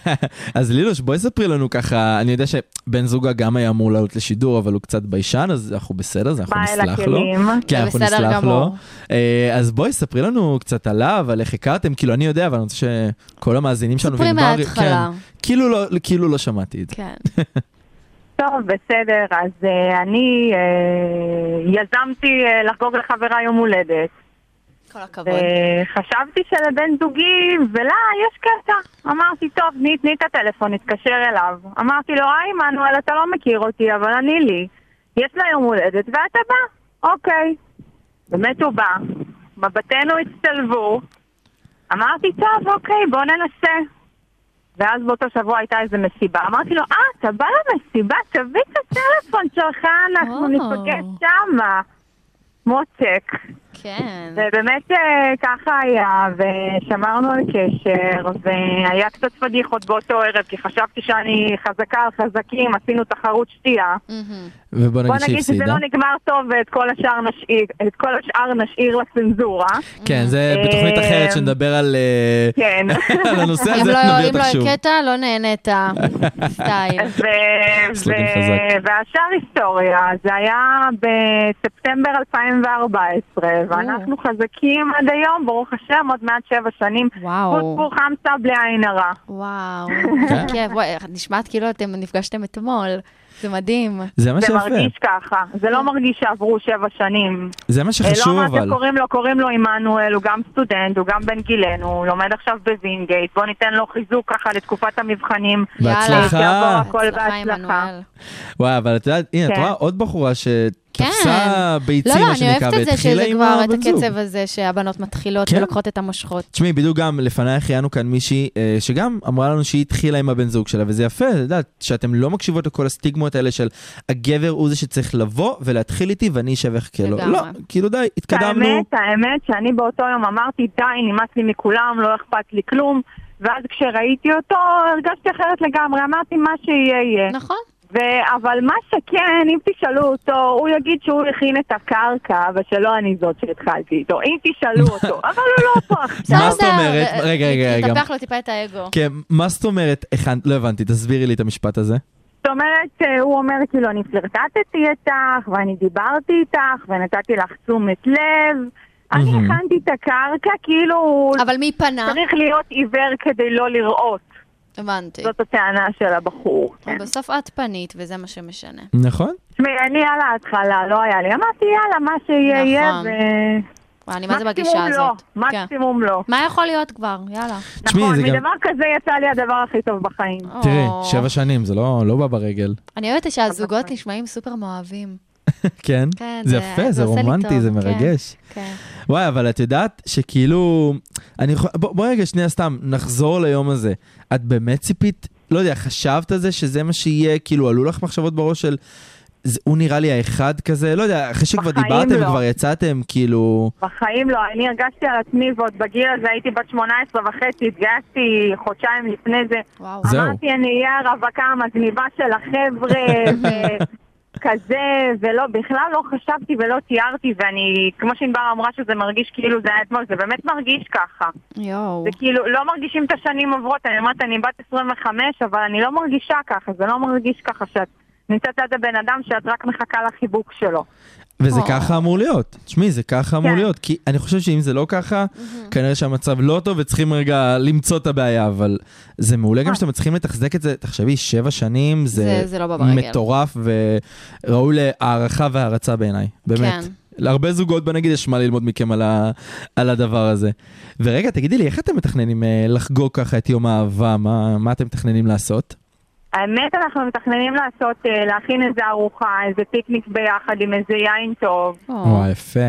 S4: אז לילוש, בואי ספרי לנו ככה, אני יודע שבן זוגה גם היה אמור לעלות לשידור, אבל הוא קצת ביישן, אז אנחנו בסדר, אז אנחנו
S8: ביי
S4: נסלח לו.
S8: לכלים.
S4: כן,
S5: זה
S4: אנחנו
S5: בסדר
S4: נסלח
S5: גמור.
S4: לו. אה, אז בואי ספרי לנו קצת עליו, על איך הכרתם, כאילו אני יודע, אבל אני רוצה שכל המאזינים שלנו...
S5: ספרי
S4: ונגמר-
S5: מההתחלה.
S4: כן, כאילו לא- כאילו לא שמעתי את זה.
S5: כן.
S8: טוב, בסדר, אז אה, אני אה, יזמתי אה, לחגוג לחברה יום הולדת.
S5: כל הכבוד.
S9: אה,
S8: וחשבתי שלבן זוגי ולה יש קטע. אמרתי, טוב, תני, תני את הטלפון, נתקשר אליו. אמרתי לו, היי, מנואל, אתה לא מכיר אותי, אבל אני לי. יש לה יום הולדת ואתה בא. אוקיי. באמת הוא בא. מבטינו הצטלבו. אמרתי, טוב, אוקיי, בוא ננסה. ואז באותו שבוע הייתה איזה מסיבה. אמרתי לו, אה, אתה בא למסיבה? תביא את הטלפון שלך, אנחנו
S5: או.
S8: ניפגש שמה. מותק.
S5: כן.
S8: ובאמת אה, ככה היה, ושמרנו על קשר, והיה קצת פדיחות באותו ערב, כי חשבתי שאני חזקה על חזקים, עשינו תחרות שתייה.
S5: מהמם.
S4: ובוא
S8: בוא
S4: נגיד שהיא
S8: נגיד שזה
S4: הפסידה.
S8: לא נגמר טוב, ואת כל השאר נשאיר, את כל השאר נשאיר לצנזורה.
S4: כן, זה
S8: אה,
S4: בתוכנית אחרת שנדבר על אה,
S8: כן.
S4: על הנושא
S5: אם
S4: הזה,
S5: לא
S4: נביא
S5: אם
S4: אותך
S5: לא
S4: שוב.
S5: הקטע, לא נהנית. סטייל.
S8: ו-
S4: סלוגן
S8: ו-
S4: חזק.
S8: והשאר היסטוריה, זה היה בספטמבר 2014, ואנחנו חזקים עד היום, ברוך השם, עוד מעט שבע שנים.
S5: וואו.
S8: פוספור חמסה בלי עין הרע.
S5: וואו.
S4: כן.
S5: כיף. וואי, את נשמעת כאילו אתם נפגשתם אתמול. זה מדהים.
S4: זה מה
S8: זה
S4: שיפה,
S8: מרגיש ככה, זה לא מרגיש שעברו שבע שנים.
S4: זה מה שחשוב
S8: לא מה
S4: אבל.
S8: שקוראים לו, קוראים לו עמנואל, הוא גם סטודנט, הוא גם בן גילנו, הוא לומד עכשיו בווינגייט, בוא ניתן לו חיזוק ככה לתקופת המבחנים.
S4: בהצלחה.
S8: יאללה, הכל
S5: בהצלחה,
S8: בהצלחה.
S5: עמנואל.
S4: וואי, אבל את יודעת, הנה, את
S8: כן.
S4: רואה עוד בחורה שתפסה
S5: כן.
S4: ביצים,
S5: לא, לא,
S4: מה
S5: אני
S4: שנקרא,
S5: אוהבת את זה
S4: והתחילה
S5: שזה
S4: עם
S5: כבר, את
S4: הבן זוג.
S5: הקצב הזה שהבנות מתחילות
S4: כן.
S5: ולוקחות את המושכות.
S4: תשמעי, בדיוק גם לפנייך ראיינו כאן מישהי אה, שגם אמרה לנו שהיא התחילה עם הבן זוג שלה, וזה יפה, את יודעת, שאתם לא מקשיבות לכל הסטיגמות האלה של הגבר הוא זה שצריך לבוא ולהתחיל איתי ואני אשבח כאילו.
S5: לגמרי.
S4: לא, כאילו די, התקדמנו.
S8: האמת, האמת שאני באותו יום אמרתי, די, נמאס לי מכולם, לא אכפת לי כלום. ואז כשראיתי אותו, הרגשתי אחרת לגמרי, אמרתי מה שיהיה יהיה.
S5: נכון?
S8: ו- אבל מה שכן, אם תשאלו אותו, הוא יגיד שהוא הכין את הקרקע, ושלא אני זאת שהתחלתי איתו. אם תשאלו אותו, אבל הוא לא פה עכשיו.
S4: מה זאת
S5: בסדר,
S4: אומרת?
S5: אה,
S4: רגע, רגע, רגע.
S5: התהפך לו טיפה את האגו.
S4: כן, מה זאת אומרת, הכנת- לא הבנתי, תסבירי לי את המשפט הזה.
S8: זאת אומרת, אה, הוא אומר כאילו, אני פלרטטתי איתך, ואני דיברתי איתך, ונתתי לך תשומת לב. אני
S4: מהמם.
S8: הכנתי את הקרקע, כאילו,
S4: כן.
S5: אבל מי פנה?
S8: צריך להיות עיוור כדי לא לראות.
S5: הבנתי.
S8: זאת הטענה של הבחור. כן.
S5: אבל בסוף את פנית, וזה מה שמשנה.
S4: נכון?
S8: תשמעי, אני על ההתחלה, לא היה לי. אמרתי, יאללה, מה שיהיה יהיה,
S5: נכון.
S8: ו...
S5: וואי, אני מה זה בגישה
S8: מקסימום לא,
S5: הזאת. כן.
S8: מקסימום לא.
S5: מה יכול להיות כבר? יאללה.
S4: תשמעי,
S8: נכון,
S4: זה גם-
S8: מדבר כזה יצא לי הדבר הכי טוב בחיים.
S4: תראי,
S5: או.
S4: שבע שנים, זה לא לא בא ברגל.
S5: אני אוהבת שהזוגות נשמעים סופר מאוהבים.
S4: כן?
S5: כן,
S4: זה יפה, זה
S5: עושה לי
S4: רומנטי,
S5: טוב,
S4: זה
S5: כן,
S4: מרגש.
S5: כן.
S4: וואי, אבל את יודעת שכאילו... אני יכול... בוא, בוא רגע, שנייה, סתם, נחזור ליום הזה. את באמת ציפית, לא יודע, חשבת על זה שזה מה שיהיה, כאילו, עלו לך מחשבות בראש של... זה, הוא נראה לי האחד כזה, לא יודע, אחרי שכבר
S8: בחיים
S4: דיברתם
S8: לא.
S4: וכבר יצאתם, כאילו...
S8: בחיים לא, אני הרגשתי על עצמי ועוד בגיל הזה הייתי בת 18 וחצי, התגייסתי חודשיים לפני זה.
S5: וואו.
S4: זהו.
S8: אמרתי, אני אהיה הרווקה המגניבה של החבר'ה, וכזה, ולא, בכלל לא חשבתי ולא תיארתי, ואני, כמו שענבר אמרה שזה מרגיש כאילו זה היה אתמול, זה באמת מרגיש ככה.
S5: יואו.
S8: זה כאילו, לא מרגישים את השנים עוברות, אני אומרת, אני בת 25, אבל אני לא מרגישה ככה, זה לא מרגיש ככה שאת נמצאת ליד הבן אדם שאת רק מחכה לחיבוק שלו.
S4: וזה
S5: או.
S4: ככה אמור להיות. תשמעי, זה ככה אמור
S8: כן.
S4: להיות, כי אני חושב שאם זה לא ככה, כנראה שהמצב לא טוב וצריכים רגע למצוא את הבעיה, אבל זה מעולה גם שאתם מצליחים לתחזק את זה, תחשבי, שבע שנים זה
S5: אה. זה- זה לא בא ברגל.
S4: מטורף וראוי להערכה והערצה בעיניי, באמת.
S5: כן.
S4: להרבה זוגות, בוא נגיד, יש מה ללמוד מכם על, ה, על הדבר הזה. ורגע, תגידי לי, איך אתם מתכננים אה, לחגוג ככה את יום האהבה? מה, מה אתם מתכננים לעשות?
S8: האמת, אנחנו מתכננים לעשות, אה, להכין איזה ארוחה, איזה פיקניק ביחד עם איזה יין טוב.
S5: או,
S4: וואי, יפה.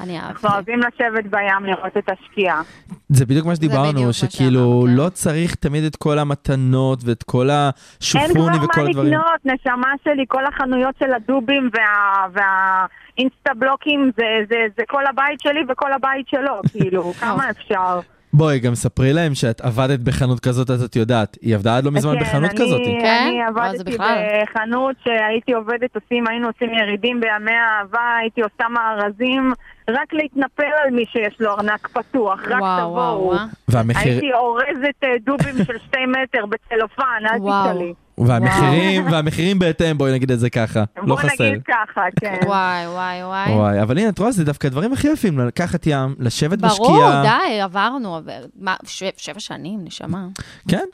S5: אני אהבתי.
S8: אנחנו אוהבים לשבת בים לראות את השקיעה.
S4: זה בדיוק מה
S5: בדיוק
S4: שדיברנו,
S5: מה
S4: שכאילו
S5: שאמרנו, כן.
S4: לא צריך תמיד את כל המתנות ואת כל
S8: אין כבר
S4: השופוני
S8: מה
S4: וכל הדברים.
S8: לקנות, נשמה שלי, כל החנויות של הדובים וה... וה... אינסטה בלוקים זה, זה, זה כל הבית שלי וכל הבית שלו, כאילו, כמה אפשר.
S4: בואי, גם ספרי להם שאת עבדת בחנות כזאת, אז את יודעת. היא עבדה עד לא מזמן
S8: כן,
S4: בחנות
S8: אני-
S4: כזאת.
S5: כן?
S8: אני
S5: וואו, זה
S8: עבדתי
S5: בכלל.
S8: בחנות שהייתי עובדת, עושים, היינו עושים ירידים בימי האהבה, הייתי עושה מארזים, רק להתנפל על מי שיש לו ארנק פתוח, רק
S5: וואו, וואו,
S8: תבואו.
S5: וואו.
S4: והמחיר...
S8: הייתי אורזת אה, דובים של שתי מטר בצלופן, אל
S5: וואו.
S8: תשאלי.
S4: והמחירים, והמחירים בהתאם, בואי נגיד את זה ככה. לא
S8: בוא
S4: חסר.
S8: נגיד ככה, כן.
S5: וואי, וואי, וואי.
S4: וואי, אבל הנה, את רואה, זה דווקא הדברים הכי יפים, לקחת ים, לשבת בשקיעה.
S5: ברור, די, עברנו. אבל- מה, ש- שבע שנים, נשמה.
S4: כן,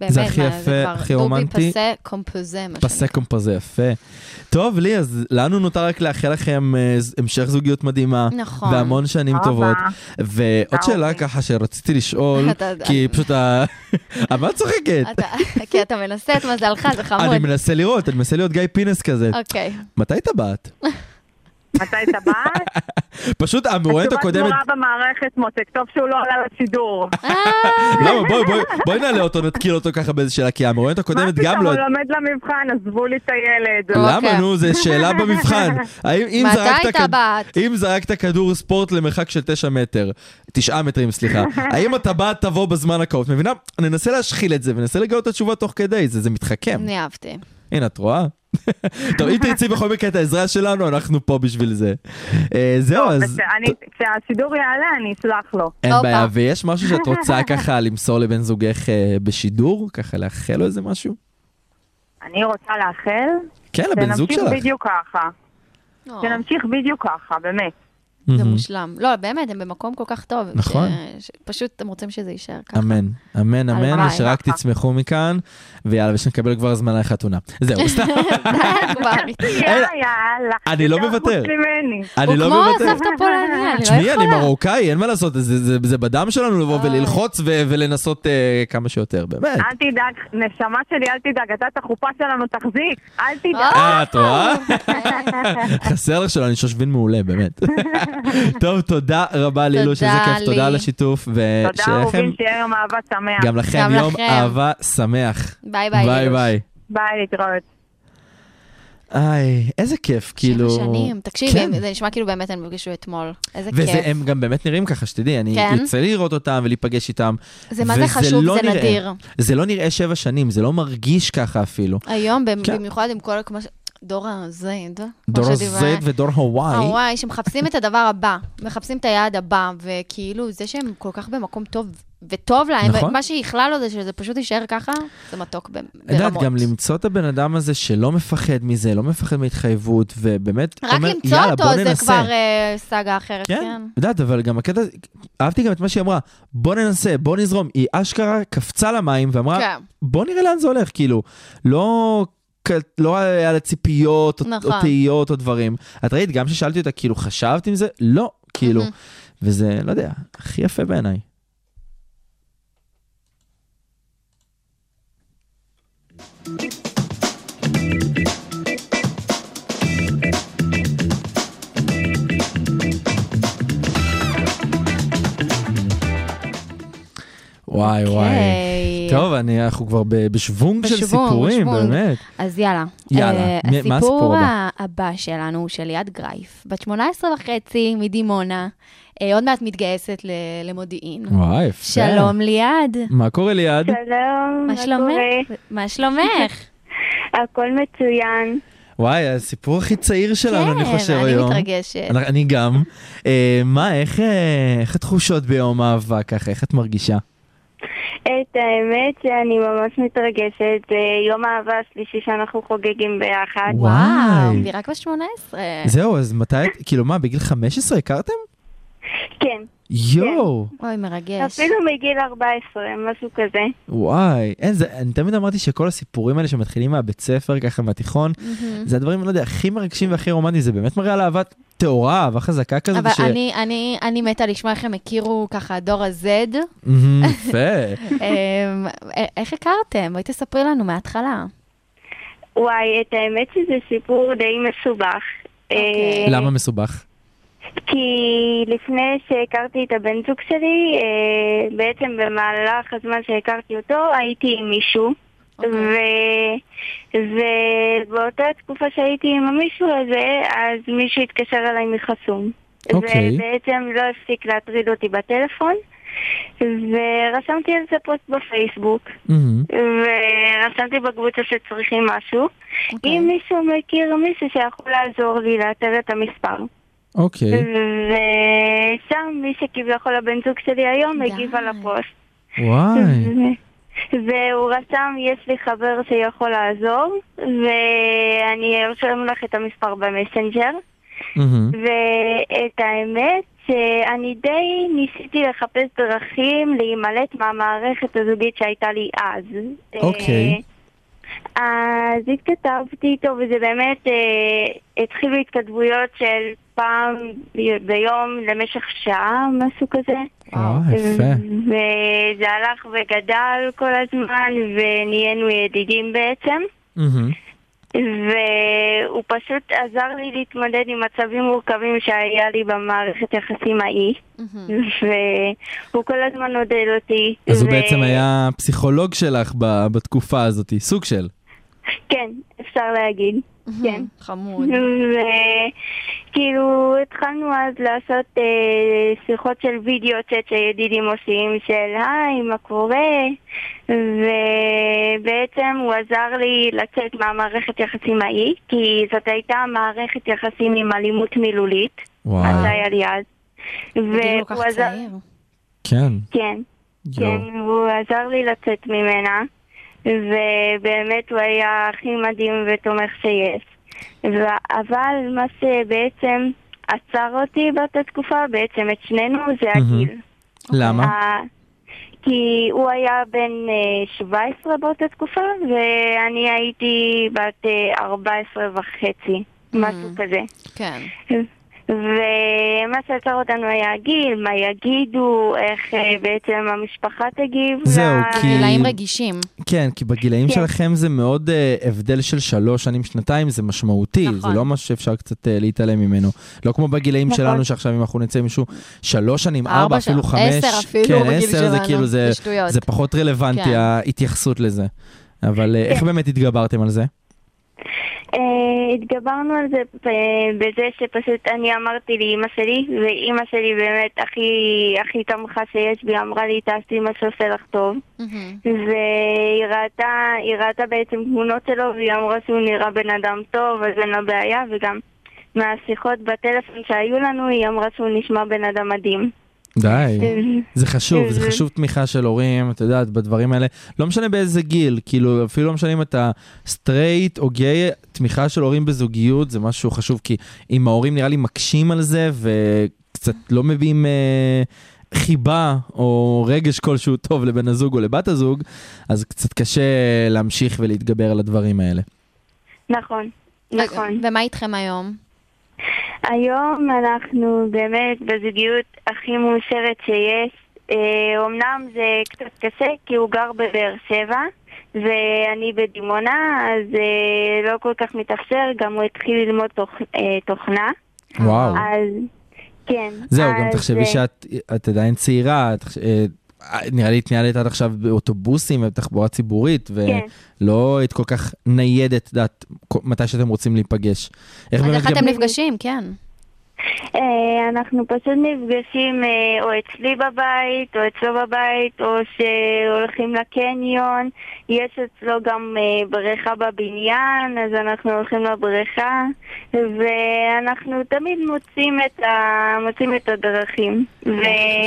S5: באמת,
S4: זה הכי
S5: מה,
S4: יפה,
S5: כבר
S4: הכי רומנטי.
S5: דובי פסה קומפוזה, מה
S4: פסה קומפה זה יפה. טוב, לי, אז לנו נותר רק לאחל לכם אה, ז- המשך זוגיות מדהימה.
S5: נכון.
S4: והמון שנים
S8: תודה
S4: טובות.
S8: רבה.
S4: ועוד
S8: תודה,
S4: שאלה
S8: אורי.
S4: ככה שרציתי לשאול,
S5: אתה-
S4: כי פשוט ה... אבל מה את צוחקת?
S5: אתה- כי אתה מנסה את מזלך, זה
S4: אני
S5: חמוד.
S4: מנסה לראות, אני מנסה להיות גיא פינס כזה.
S5: אוקיי.
S4: מתי טבעת?
S8: מתי אתה בא?
S4: פשוט המרואיינת
S8: התשובה
S4: הקודמת...
S8: שמורה במערכת, מותק, טוב שהוא לא עלה לשידור.
S4: למה? לא, בואי, בואי, בואי נעלה אותו, נתקיל אותו ככה באיזו שאלה, כי המרואיינת
S8: מה
S4: הקודמת
S8: פתאום,
S4: גם לא...
S8: הוא לומד למבחן, עזבו לי את הילד.
S10: לא,
S8: לא,
S4: למה
S5: אוקיי.
S4: נו, זו שאלה במבחן. האם אם
S5: מתי
S4: זרקת כד-
S5: טבעת?
S4: אם זרקת כדור ספורט למרחק של 9 מטר, 9 מטרים, סליחה, האם הטבעת תבוא בזמן הקרוב? את מבינה? ננסה להשחיל את זה וננסה לגלות את התשובה תוך כדי, זה זה מתחכם.
S5: אני אהבתי.
S4: הנה, את רואה? טוב, אם תרצי בכל מקרה את העזרה שלנו, אנחנו פה בשביל זה. אה, זהו, אז...
S8: בסדר, אני- כשהשידור יעלה, אני אסלח לו.
S4: אין
S5: הופה.
S4: בעיה, ויש משהו שאת רוצה ככה למסור לבן זוגך אה, בשידור? ככה לאחל לו איזה משהו?
S8: אני רוצה לאחל
S4: כן, לבן זוג
S8: שנמשיך
S4: שלך.
S8: בדיוק ככה.
S9: לא.
S5: או,
S8: שנמשיך בדיוק ככה, באמת.
S5: זה
S4: מהמם.
S5: מושלם. לא, באמת, הם במקום כל כך טוב.
S4: נכון. אמ-
S5: ש- ש- פשוט הם רוצים שזה יישאר ככה.
S4: אמן, אמן, אמן,
S5: הלוואי.
S4: ושרק
S8: ככה.
S4: תצמחו מכאן, ויאללה, ושנקבל כבר זמן לחתונה. זהו, סתם,
S5: כבר.
S8: יאללה, יאללה.
S4: אני לא
S8: יותר
S4: מוותר.
S8: חוץ ממני.
S4: אני לא
S5: הוא
S4: מוותר.
S5: כמו סבתא פולניה, אני לא
S4: תשמעי, אני
S5: יכולה.
S4: מרוקאי, אין מה לעשות, זה- זה- זה זה בדם שלנו לבוא וללחוץ ו- ולנסות אה, כמה שיותר, באמת.
S8: אל תדאג, נשמה שלי, אל תדאג, אתה את החופה שלנו תחזיק, אל תדאג.
S4: אה,
S5: לא
S4: את רואה? חסר לך שלו, אני שושבין מעולה, באמת. טוב, תודה רבה לילו, שזה
S5: תודה,
S4: כיף, תודה על
S5: לי.
S4: הששיתוף,
S8: תודה
S4: ושיהיה לכם,
S8: אהובים, שיהיה יום אהבה שמח.
S4: גם לכם
S5: גם
S4: יום
S5: לכם.
S4: אהבה שמח.
S5: ביי כאילו.
S4: ביי
S5: ביי. אילוש.
S4: ביי.
S8: ביי, להתראות.
S4: איי, איזה כיף, כאילו...
S5: שבע שנים. תקשיבי,
S4: כן.
S5: זה נשמע כאילו באמת הם נפגשו אתמול. איזה
S4: וזה,
S5: כיף.
S4: הם גם באמת נראים ככה, שתדעי, אני
S5: כן.
S4: יוצא לי לראות אותם ולהיפגש איתם.
S5: זה מה זה
S4: וזה
S5: חשוב,
S4: לא
S5: זה
S4: נראה.
S5: נדיר.
S4: זה לא נראה שבע שנים, זה לא מרגיש ככה אפילו.
S5: היום, במ-
S4: כן.
S5: במיוחד עם כל... כמו ש- דור ה-Z. כמו
S4: דור
S5: שדיבר-
S4: ה-Z ודור הוואי.
S5: הוואי, שמחפשים את הדבר הבא, מחפשים את היעד הבא, וכאילו, זה שהם כל כך במקום טוב, וטוב להם,
S4: נכון.
S5: מה שיכלל לו זה שזה פשוט יישאר ככה, זה מתוק ב- ברמות.
S4: את יודעת, גם למצוא את הבן אדם הזה שלא מפחד מזה, לא מפחד מהתחייבות, ובאמת,
S5: רק
S4: אומר,
S5: למצוא
S4: "יאללה,
S5: אותו
S4: בוא
S5: זה
S4: ננסה."
S5: כבר אה, סאגה אחרת,
S4: כן,
S5: כן.
S4: את יודעת, אבל גם הקטע, אהבתי גם את מה שהיא אמרה, בוא ננסה, בוא נזרום. היא אשכרה קפצה למים ואמרה,
S5: כן.
S4: בוא נראה לאן זה הולך, כאילו, לא... כ- לא היה לה ציפיות או-
S5: נכון.
S4: או תהיות או דברים. את ראית, גם כששאלתי אותה, כאילו, חשבת עם זה? לא, כאילו.
S5: מהמם.
S4: וזה, לא יודע, הכי יפה בעיניי. וואי וואי.
S5: אוקיי.
S4: טוב, אני, אנחנו כבר ב- בשוונג של
S5: בשוונג,
S4: סיפורים,
S5: בשוונג.
S4: באמת.
S5: אז יאללה.
S4: יאללה,
S5: אה,
S4: מ- מה הסיפור
S5: הסיפור
S4: הבא?
S5: ה- הבא שלנו הוא של ליאת גרייף, בת 18 וחצי, מדימונה, אה, עוד מעט מתגייסת ל- למודיעין.
S4: וואי, יפה.
S5: שלום ליעד.
S4: מה קורה ליעד?
S9: שלום,
S5: מה שלומך?
S9: קורה?
S5: מה שלומך?
S9: הכל מצוין.
S4: וואי, הסיפור הכי צעיר שלנו, אני חושב
S5: כן, אני
S4: היום.
S5: מתרגשת.
S4: אני- אני גם. אה, מה, איך אה, איך התחושות ביום האהבה ככה? איך את מרגישה?
S9: את האמת שאני ממש מתרגשת, זה יום האהבה השלישי שאנחנו חוגגים ביחד.
S4: וואו.
S5: אה, וואו,
S4: וואי.
S5: היא רק בת 18.
S4: זהו, אז מתי, את- כאילו מה, בגיל 15 הכרתם?
S9: כן,
S4: יואו,
S5: אוי, מרגש.
S9: אפילו מגיל 14, משהו כזה.
S4: וואי. אין, זה, אני תמיד אמרתי שכל הסיפורים האלה שמתחילים מהבית ספר, ככה מהתיכון, זה הדברים, אני לא יודע, הכי מרגשים והכי רומנטיים, זה באמת מראה על אהבה טהורה, אהבה חזקה כזאת.
S5: אבל
S4: ש-
S5: אני, אני, אני מתה לשמוע איך הם הכירו ככה דור ה-Z.
S4: מהמם, יפה.
S5: אמ, א- איך הכרתם? בואי תספרי לנו מההתחלה.
S9: וואי, את האמת שזה סיפור די מסובך.
S5: אוקיי.
S9: אה,
S4: למה מסובך?
S9: כי לפני שהכרתי את הבן זוג שלי, אה, בעצם במהלך הזמן שהכרתי אותו, הייתי עם מישהו.
S5: אוקיי.
S9: ו... ובאותה תקופה שהייתי עם המישהו הזה, אז מישהו התקשר אליי מחסום.
S4: אוקיי.
S9: ובעצם לא הפסיק להטריד אותי בטלפון, ורשמתי על זה פוסט בפייסבוק,
S4: מהמם.
S9: ורשמתי בקבוצה שצריכים משהו.
S5: אוקיי.
S9: אם מישהו מכיר מישהו שיכול לעזור לי לאתר את המספר.
S4: אוקיי,
S9: ושם מי שכביכול הבן זוג שלי היום
S5: די.
S9: הגיב על הפוסט.
S4: וואי.
S9: והוא רשם, יש לי חבר שיכול לעזור, ואני ארשום לך את המספר במסנג'ר.
S4: מהמם.
S9: ואת האמת, שאני די ניסיתי לחפש דרכים להימלט מהמערכת הזוגית שהייתה לי אז.
S4: אוקיי.
S9: אה, אז התכתבתי איתו, וזה באמת, אה, התחילו התכתבויות של פעם ב- ביום למשך שעה, משהו כזה.
S5: אה,
S4: וואו, יפה.
S9: וזה הלך וגדל כל הזמן, ונהיינו ידידים בעצם.
S4: מהמם.
S9: והוא פשוט עזר לי להתמודד עם מצבים מורכבים שהיה לי במערכת יחסים ההיא.
S5: מהמם.
S9: והוא כל הזמן עודד אותי.
S4: אז הוא
S9: ו-
S4: בעצם היה פסיכולוג שלך ב- בתקופה הזאת, סוג של.
S9: כן, אפשר להגיד. כן.
S5: חמוד.
S9: וכאילו אה, כאילו, התחלנו אז לעשות אה, שיחות של וידאו צ'אט שידידים עושים של היי, מה קורה? ובעצם הוא עזר לי לצאת מהמערכת יחסים ההיא, כי זאת הייתה מערכת יחסים עם אלימות מילולית, מה
S4: וואי,
S9: שהיה לי אז.
S5: בגיל כל לא כך
S9: והוא עזר,
S5: צעיר.
S4: כן.
S9: כן,
S4: יואו.
S9: כן, והוא עזר לי לצאת ממנה, ובאמת הוא היה הכי מדהים ותומך שיש. ו- אבל מה שבעצם עצר אותי באותה תקופה, בעצם את שנינו, זה הגיל.
S4: למה?
S9: ה- כי הוא היה בן אה, 17 באותה תקופה, ואני הייתי בת אה, 14 וחצי, משהו כזה.
S5: כן.
S9: ומה שעצר אותנו היה הגיל, מה יגידו, איך אה, בעצם המשפחה תגיב.
S4: זהו,
S9: ל-
S4: כי-
S5: גילאים רגישים.
S4: כן, כי בגילאים
S9: כן.
S4: שלכם זה מאוד אה, הבדל של שלוש שנים, שנתיים, זה משמעותי.
S5: נכון.
S4: זה לא משהו שאפשר קצת אה, להתעלם ממנו. לא כמו בגילאים
S9: נכון.
S4: שלנו, שעכשיו אם אנחנו נצא עם מישהו שלוש שנים,
S5: ארבע
S4: ארבע, אפילו
S5: שנים,
S4: חמש.
S5: עשר אפילו
S4: כן,
S5: בגיל
S4: עשר זה
S5: שלנו.
S4: כאילו, זה-
S5: זה שטויות.
S4: זה פחות רלוונטי
S5: כן.
S9: כן.
S4: ההתייחסות לזה. אבל אה, איך באמת התגברתם על זה?
S9: אה, התגברנו על זה אה, ב- בזה שפשוט אני אמרתי לאימא שלי, ואימא שלי באמת הכי, הכי תמכה שיש בי, אמרה לי תעשי מה שעושה לך טוב.
S5: מהמם.
S9: והיא ראתה, היא ראתה בעצם תמונות שלו, והיא אמרה שהוא נראה בן אדם טוב, אז אין לה בעיה, וגם מהשיחות בטלפון שהיו לנו, היא אמרה שהוא נשמע בן אדם מדהים.
S4: די. זה חשוב, זה
S9: Mhm.
S4: חשוב תמיכה של הורים, את יודעת, בדברים האלה. לא משנה באיזה גיל, כאילו, אפילו לא משנה אם אתה סטרייט או גיי, תמיכה של הורים בזוגיות זה משהו חשוב, כי אם ההורים נראה לי מקשים על זה, וקצת לא מביעים אה, חיבה או רגש כלשהו טוב לבן הזוג או לבת הזוג, אז קצת קשה להמשיך ולהתגבר על הדברים האלה.
S9: נכון, נכון.
S5: ומה איתכם היום?
S9: היום אנחנו באמת בזוגיות הכי מאושרת שיש.
S10: eh,
S9: אה, אומנם זה קצת קשה, כי הוא גר בבאר שבע, ואני בדימונה, אז אה, לא כל כך מתאפשר, גם הוא התחיל ללמוד תוכ...
S10: eh,
S9: אה, תוכנה.
S4: וואו.
S9: אז כן.
S4: זהו, גם
S9: אז,
S4: תחשבי
S9: אה,
S4: שאת את עדיין צעירה, את, חש- אה, נראה לי התנהלת עד עכשיו באוטובוסים ובתחבורה ציבורית,
S9: כן.
S4: ולא היית כל כך ניידת, את יודעת, כל- מתי שאתם רוצים להיפגש. איך
S5: אז
S4: באמת
S5: איך
S4: גם...
S5: אתם נפגשים? כן.
S9: אה, אנחנו פשוט נפגשים אה, או אצלי בבית, או אצלו בבית, או שהולכים לקניון. יש אצלו גם אה, בריכה בבניין, אז אנחנו הולכים לבריכה, ואנחנו תמיד מוצאים את, ה... מוצאים את הדרכים. ו-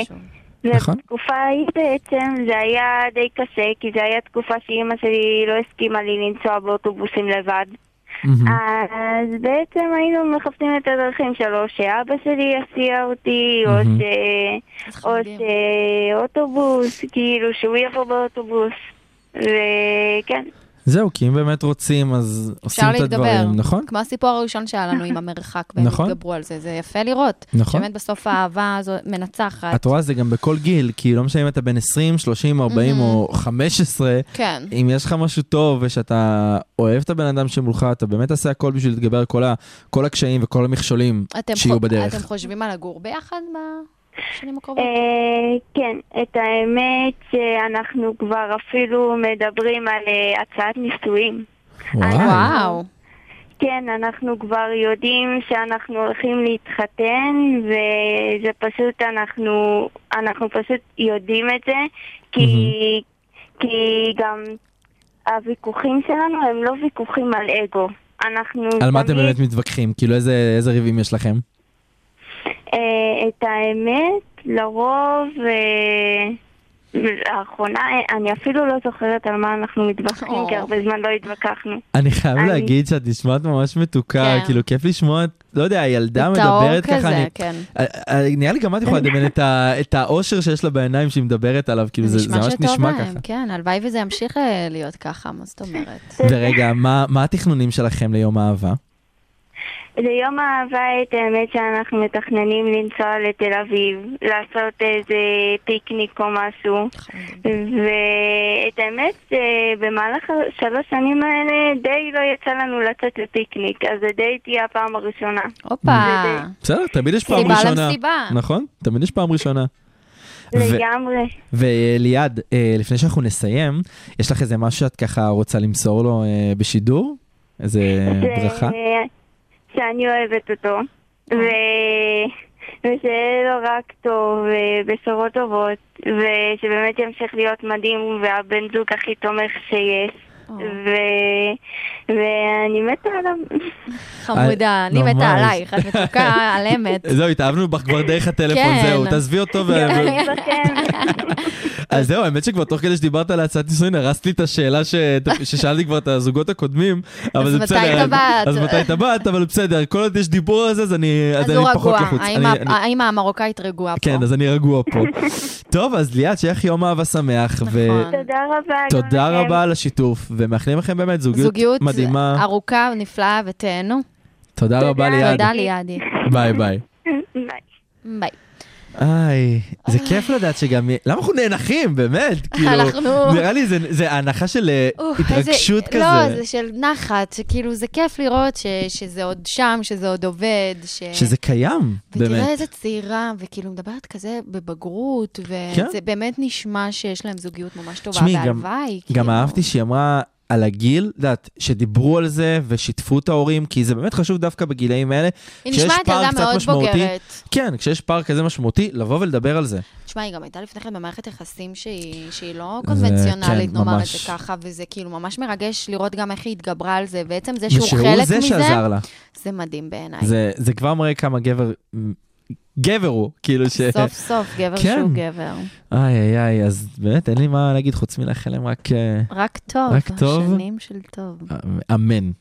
S5: חשוב.
S4: נכון.
S9: והתקופה ההיא בעצם, זה היה די קשה, כי זה היה תקופה שאימא שלי לא הסכימה לי לנסוע באוטובוסים לבד.
S4: מהמם.
S5: אה.
S9: אז בעצם היינו מחפשים את הדרכים שלו, שאבא שלי יסיע אותי, או
S4: מהמם.
S9: ש-
S5: איך
S9: או
S5: מדהים.
S9: שאוטובוס, כאילו שהוא יבוא באוטובוס. וכן,
S4: זהו, כי אם באמת רוצים, אז עושים
S5: אפשר
S4: את
S5: להתגבר.
S4: הדברים, נכון?
S5: כמו הסיפור הראשון שהיה לנו עם המרחק, והם
S4: נכון.
S5: התגברו על זה, זה יפה לראות.
S4: נכון.
S5: שבאמת בסוף האהבה הזו מנצחת.
S4: את רואה זה גם בכל גיל, כי לא משנה אם אתה בן 20, 30, 40 או 15,
S5: כן.
S4: אם יש לך משהו טוב ושאתה אוהב את הבן אדם שמולך, אתה באמת תעשה הכל בשביל להתגבר על כל ה- כל הקשיים וכל המכשולים
S5: אתם
S4: שיהיו
S5: חו-
S4: בדרך.
S5: אתם חושבים על לגור ביחד בשנים הקרובות?
S9: אה, כן, את האמת שאנחנו כבר אפילו מדברים על אה, הצעת נישואים.
S5: אה,
S9: אה,
S4: וואו.
S5: וואו.
S9: כן, אנחנו כבר יודעים שאנחנו הולכים להתחתן, וזה פשוט, אנחנו, אנחנו פשוט יודעים את זה, כי, כי גם הוויכוחים שלנו הם לא ויכוחים על אגו. אנחנו
S4: על מה אתם
S9: תמיד,
S4: באמת מתווכחים? כאילו איזה, איזה ריבים יש לכם?
S9: אה, את האמת, לרוב, אה, לאחרונה, אה, אני אפילו לא זוכרת על מה אנחנו מתווכחים,
S5: או.
S9: כי הרבה זמן לא התווכחנו.
S4: אני חייב
S9: אני-
S4: להגיד שאת נשמעת ממש מתוקה,
S5: כן.
S4: כאילו כיף לשמוע, את- לא יודע, הילדה
S5: טהור
S4: מדברת ככה,
S5: כזה,
S4: אני-
S5: כן.
S4: אה, אה, נראה לי גם את יכולה לדמיין את ה- את האושר שיש לה בעיניים שהיא מדברת עליו, כאילו זה זה
S5: נשמע
S4: ממש
S5: שטוב
S4: נשמע
S5: להם,
S4: ככה.
S5: כן, הלוואי וזה ימשיך אה, להיות ככה, מה זאת אומרת?
S4: ורגע, מה מה התכנונים שלכם ליום האהבה?
S9: ליום האהבה את
S10: eh,
S9: האמת שאנחנו מתכננים לנסוע לתל אביב, לעשות איזה פיקניק או משהו. ואת האמת, אה, במהלך השלוש שנים האלה די לא יצא לנו לצאת לפיקניק, אז זה די תהיה הפעם הראשונה.
S5: הופה.
S4: בסדר, תמיד יש פעם
S5: סיבה
S4: ראשונה.
S5: למסיבה.
S4: נכון? תמיד יש פעם ראשונה. ו-
S9: לגמרי.
S4: וליעד, אה, לפני שאנחנו נסיים, יש לך איזה משהו שאת ככה רוצה למסור לו אה, בשידור? איזה
S5: אה,
S9: זה-
S4: ברכה?
S9: שאני אוהבת אותו. ו... ושיהיה לו רק טוב, ובשורות טובות, ושבאמת ימשיך להיות מדהים, והבן זוג הכי תומך שיש.
S5: או,
S9: ו... ואני מתה עליו.
S5: אה, חמודה, אני
S4: אה, ממש.
S5: מתה עלייך, את מתוקה על אמת.
S4: זהו, התאהבנו בך כבר דרך הטלפון,
S5: כן.
S4: זהו, תעזבי אותו. ו- ו-
S9: אצלכם.
S4: אז זהו, האמת שכבר תוך כדי שדיברת על הצעת נישואין, הרסת לי את השאלה ש- ששאלתי כבר את הזוגות הקודמים, אבל
S5: אז
S4: זה
S5: מתי
S4: בסדר.
S5: טבעת?
S4: אז מתי טבעת? אבל בסדר, כל עוד יש דיבור על זה, אז אני אז
S5: אז
S4: אני
S5: הוא
S4: פחות
S5: רגוע,
S4: לחוץ.
S5: האמא-
S4: אני- אני-
S5: האמא המרוקאית רגועה פה.
S4: כן, אז אני רגוע פה. טוב, אז ליאת, שיהיה לך יום אהבה שמח. ו-
S5: נכון.
S9: תודה רבה. גם
S4: תודה
S9: לכם.
S4: רבה על השיתוף, ומאחלים לכם באמת זוגיות
S5: זוגיות
S4: מדהימה.
S5: ארוכה, נפלאה, ותהנו.
S4: תודה רבה ליעד.
S5: תודה ליעדי.
S4: ביי ביי.
S9: ביי.
S5: ביי.
S4: איי, זה כיף לדעת שגם... למה אנחנו נאנחים, באמת? כאילו,
S5: אנחנו-
S4: נראה לי זה- זה ההנחה של אה,
S5: אוף,
S4: התרגשות
S5: איזה- לא,
S4: כזה.
S5: זה של נחת, שכאילו זה כיף לראות ש, שזה עוד שם, שזה עוד עובד. ש...
S4: שזה קיים,
S5: ותראה
S4: באמת.
S5: איזה צעירה, וכאילו מדברת כזה בבגרות, וזה
S4: כן.
S5: באמת נשמע שיש להם זוגיות ממש טובה,
S4: תשמעי, גם-
S5: והלוואי.
S4: גם
S5: כאילו.
S4: אהבתי שהיא אמרה, על הגיל, את יודעת, שדיברו על זה ושיתפו את ההורים, כי זה באמת חשוב דווקא בגילאים האלה.
S5: היא
S4: כשיש
S5: נשמעת
S4: פער
S5: ילדה
S4: קצת
S5: מאוד
S4: משמעותי-
S5: בוגרת.
S4: כן, כשיש פער כזה משמעותי, לבוא ולדבר על זה.
S5: תשמע, היא גם הייתה לפני כן במערכת יחסים שהיא, שהיא לא
S4: זה-
S5: קונבנציונלית,
S4: כן,
S5: נאמר את
S4: ממש.
S5: זה ככה, וזה כאילו ממש מרגש לראות גם איך היא התגברה על זה. בעצם זה שהוא
S4: ושהוא
S5: חלק
S4: זה
S5: מזה,
S4: שעזר לה.
S5: זה מדהים בעיניי.
S4: זה, זה כבר מראה כמה גבר, גבר הוא, כאילו ש...
S5: סוף סוף גבר
S4: כן.
S5: שהוא גבר.
S4: איי איי איי, אז באמת אין לי מה להגיד חוץ מלאחל להם רק אה,
S5: רק טוב,
S4: רק טוב.
S5: שנים של טוב.
S4: אמן.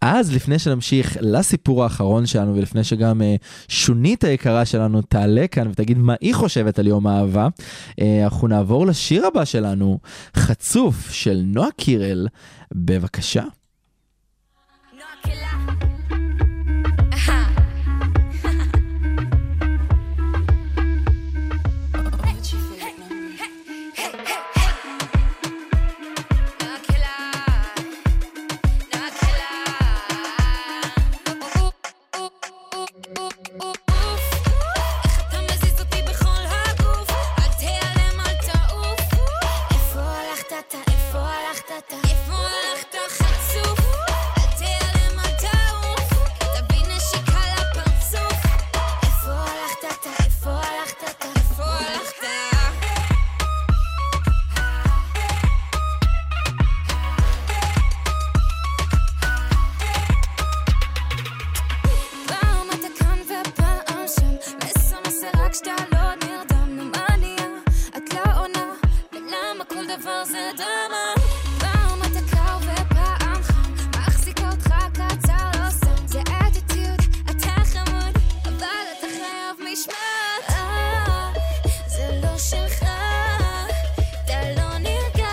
S4: אז לפני שנמשיך לסיפור האחרון שלנו, ולפני שגם אה, שונית היקרה שלנו תעלה כאן ותגיד מה היא חושבת על יום האהבה, אה, אנחנו נעבור לשיר הבא שלנו, חצוף של נועה קירל, בבקשה.
S11: איפה הלכת חצוף? אל תיעלם, אל תעוף, תביא נשיקה לפרצוף. איפה הלכת אתה? איפה הלכת אתה? איפה הלכת? פעם אתה כאן ופעם שם, מסמס רק שאתה לא נרדם, נו מה נהיה? את לא עונה, ולמה כל דבר זה דרמה? פעם אתה קר ופעם חם, מחזיקה אותך קצר לא סתם, זה אטיטיוד, אתה חמוד, אבל אתה חייב משמעת. אה, זה לא שלך, אתה לא נרגע.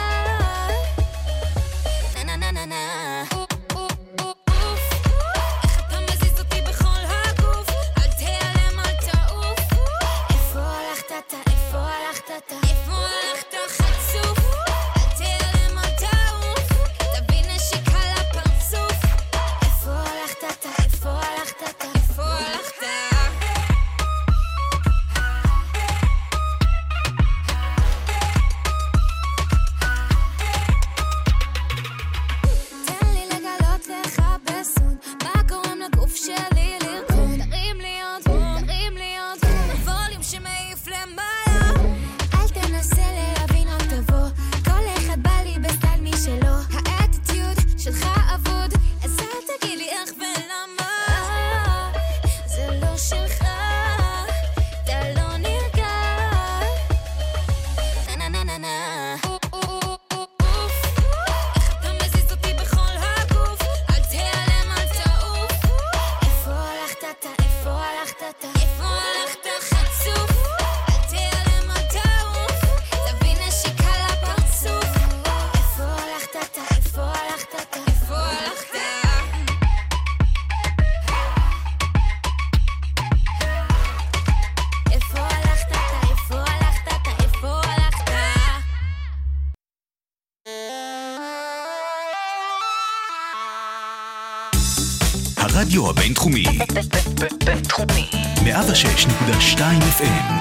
S11: נה נה נה נה נה. אוף, אוף, אוף, אוף. איך אתה מזיז אותי בכל הגוף? אל תיעלם, אל תעוף. איפה הלכת אתה? איפה הלכת אתה? איפה הלכת חצוף? אל תיעלם, אל תעוף. תביא נשיקה לפרצוף. איפה הלכת אתה? איפה הלכת אתה? איפה הלכת? תן לי לגלות לך בסוד מה גורם לגוף שלי לרקוד תרים לי עוד, תרים לי עוד ווליום שמעיף למעלה אל תנסה להבין רק תבוא כל אחד בא לי בסטייל משלו האטיטיוד שלך אבוד אז אל תגיד לי איך ולמה אה, זה לא שלך אתה לא נרגע נה נה נה נה איך אתה מזיז אותי בכל הגוף? אל תיעלם, אל תעוף. איפה הלכת אתה? איפה הלכת אתה? איפה הלכת חצוף? אל תיעלם, אל תעוף. תביא נשיקה לפרצוף. איפה הלכת אתה? איפה הלכת אתה? איפה הלכת? איפה הלכת אתה? איפה הלכת אתה? איפה הלכת?
S1: הרדיו הבינתחומי,
S2: ב- בינתחומי.
S1: 106.2 FM.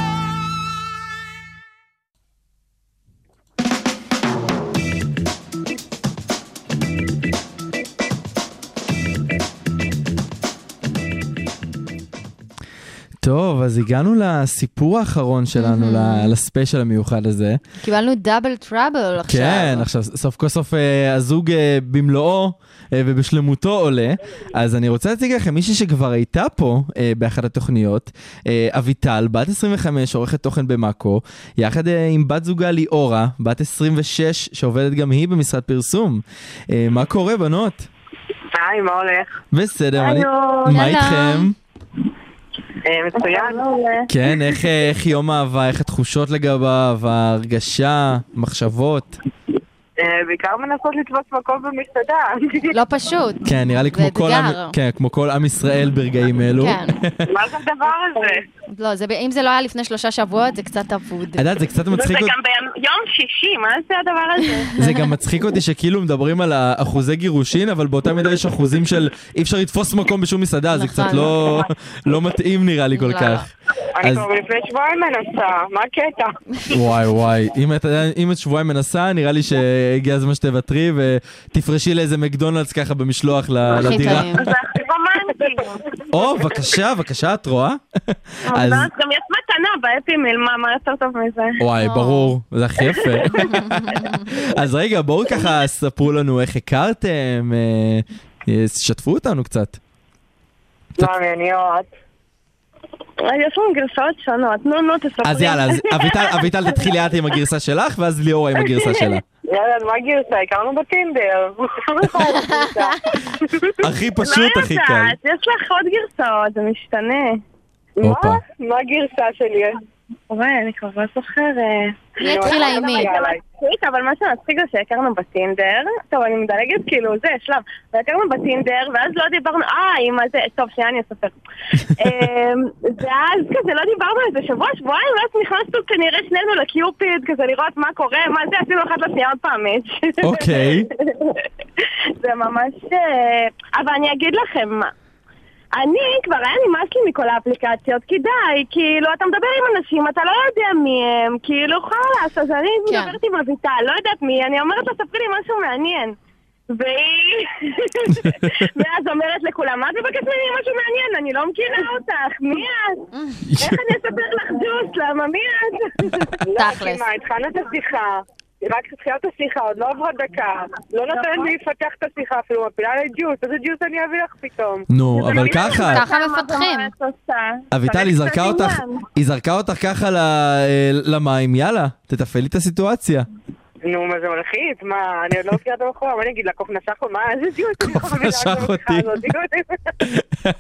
S4: טוב, אז הגענו לסיפור האחרון שלנו, ל- לספיישל המיוחד הזה.
S5: קיבלנו דאבל טראבל עכשיו.
S4: כן, עכשיו סוף כל סוף אה, הזוג אה, במלואו אה, ובשלמותו עולה. אז אני רוצה להציג לכם מישהי שכבר הייתה פה אה, באחת התוכניות, אה, אביטל, בת 25, עורכת תוכן במאקו, יחד אה, עם בת זוגה ליאורה, בת 26, שעובדת גם היא במשרד פרסום. אה, מה קורה, בנות?
S10: היי, מה הולך?
S4: בסדר, אני...
S8: הלו,
S4: מה
S5: שלום.
S4: איתכם?
S10: אה, מצוין.
S4: כן, איך, אה, איך יום האהבה, איך התחושות לגביו, ההרגשה, מחשבות?
S10: אה, בעיקר מנסות לתפוס מקום במסעדה.
S5: לא פשוט.
S4: כן, נראה לי
S5: זה
S4: כמו כל, עם,
S5: אתגר.
S4: כן, כמו כל עם ישראל ברגעים אלו.
S5: כן.
S10: מה זה הדבר הזה?
S5: לא, זה, ב- אם זה לא היה לפני שלושה שבועות, זה קצת אבוד.
S4: את יודעת, זה קצת מצחיק, אות-
S10: ביום שישי, מה זה הדבר הזה?
S4: זה גם מצחיק אותי שכאילו מדברים על אחוזי גירושין, אבל באותה מידה יש אחוזים של אי אפשר לתפוס מקום בשום מסעדה, זה
S5: נכון.
S4: קצת לא- לא מתאים נראה לי כל
S5: לא.
S4: כך.
S10: אני
S4: אז-
S10: כבר לפני שבועיים מנסה, מה הקטע?
S5: לא.
S4: וואי וואי, אם את, אם את שבועיים מנסה, נראה לי והגיע הזמן שתוותרי ותפרשי לאיזה מקדונלדס ככה במשלוח ל-
S5: הכי
S4: לדירה.
S5: טעים.
S10: זה הכי רומנטי.
S4: או, בבקשה, בבקשה, את רואה?
S5: אה,
S4: אז,
S10: ממש, גם יש מתנה בהפי מיל, מה, מה יותר טוב מזה?
S4: וואי,
S5: או.
S4: ברור, זה הכי יפה. אז רגע, בואו ככה ספרו לנו איך הכרתם, אה, אה, שתפו אותנו קצת.
S10: לא, מענייניות. אה, יש לנו גרסאות שונות, נו נו תספרי.
S4: אז יאללה, אז אביטל, אביטל תתחילי את עם הגרסה שלך, ואז ליאורה עם הגרסה שלה.
S10: יאללה, מה גרסה? הכרנו בטינדר.
S4: הכי פשוט,
S10: לא
S4: הכי קל.
S10: יודעת, יש לך עוד גרסאות, זה משתנה. לא,
S4: הופה.
S10: מה הגרסה שלי? אוי, אני כבר לא זוכרת.
S5: מי
S10: לא
S5: התחילה עם מי?
S10: זה מצחיק, אבל מה שמצחיק זה שהכרנו בטינדר, טוב, אני מדלגת כאילו, זה שלב, והכרנו בטינדר, ואז לא דיברנו, אה, עם הזה, טוב, שנייה אני אספר. אמ, ואז כזה לא דיברנו איזה שבוע, שבועיים, ואז נכנסנו כנראה שנינו לקיופיד, כזה לראות מה קורה, מה זה, עשינו אחת לשנייה עוד פעם מאץ'.
S4: אוקיי.
S10: זה ממש... אה, אבל אני אגיד לכם מה. אני, כבר היה נמאס לי מכל האפליקציות, כי די, כאילו, אתה מדבר עם אנשים, אתה לא יודע מי הם, כאילו, חלאס, אז אני
S5: כן.
S10: מדברת עם אביטל, לא יודעת מי, היא, אני אומרת לה, ספרי לי משהו מעניין. והיא... ואז אומרת לכולם, מה את מבקשת ממני משהו מעניין? אני לא מכירה אותך, מי את? איך אני אספר לך ג'וס? למה מי את? לא,
S5: תכלס.
S10: התחלנו את השיחה. רק התחילה את השיחה, עוד לא עברה דקה. לא
S4: נכון.
S10: נותנת לי לפתח את השיחה אפילו, מפילה לי ג'וס, איזה ג'וס אני אביא לך פתאום?
S4: נו, אבל ככה,
S5: ככה מפתחים.
S4: אביטל, היא זרקה אותך, היא זרקה אותך ככה ל- אה, למים, יאללה, תתפעלי את הסיטואציה.
S10: נו, מה זה מלחיץ? מה, אני עוד לא מכירה את הבחורה, מה אני אגיד לה, קוף נשך או מה? איזה ג'וס? אני לא
S4: קוף
S10: יכולה
S4: נשך
S10: לדעת את
S4: אותי.
S10: הבדיחה הזאת.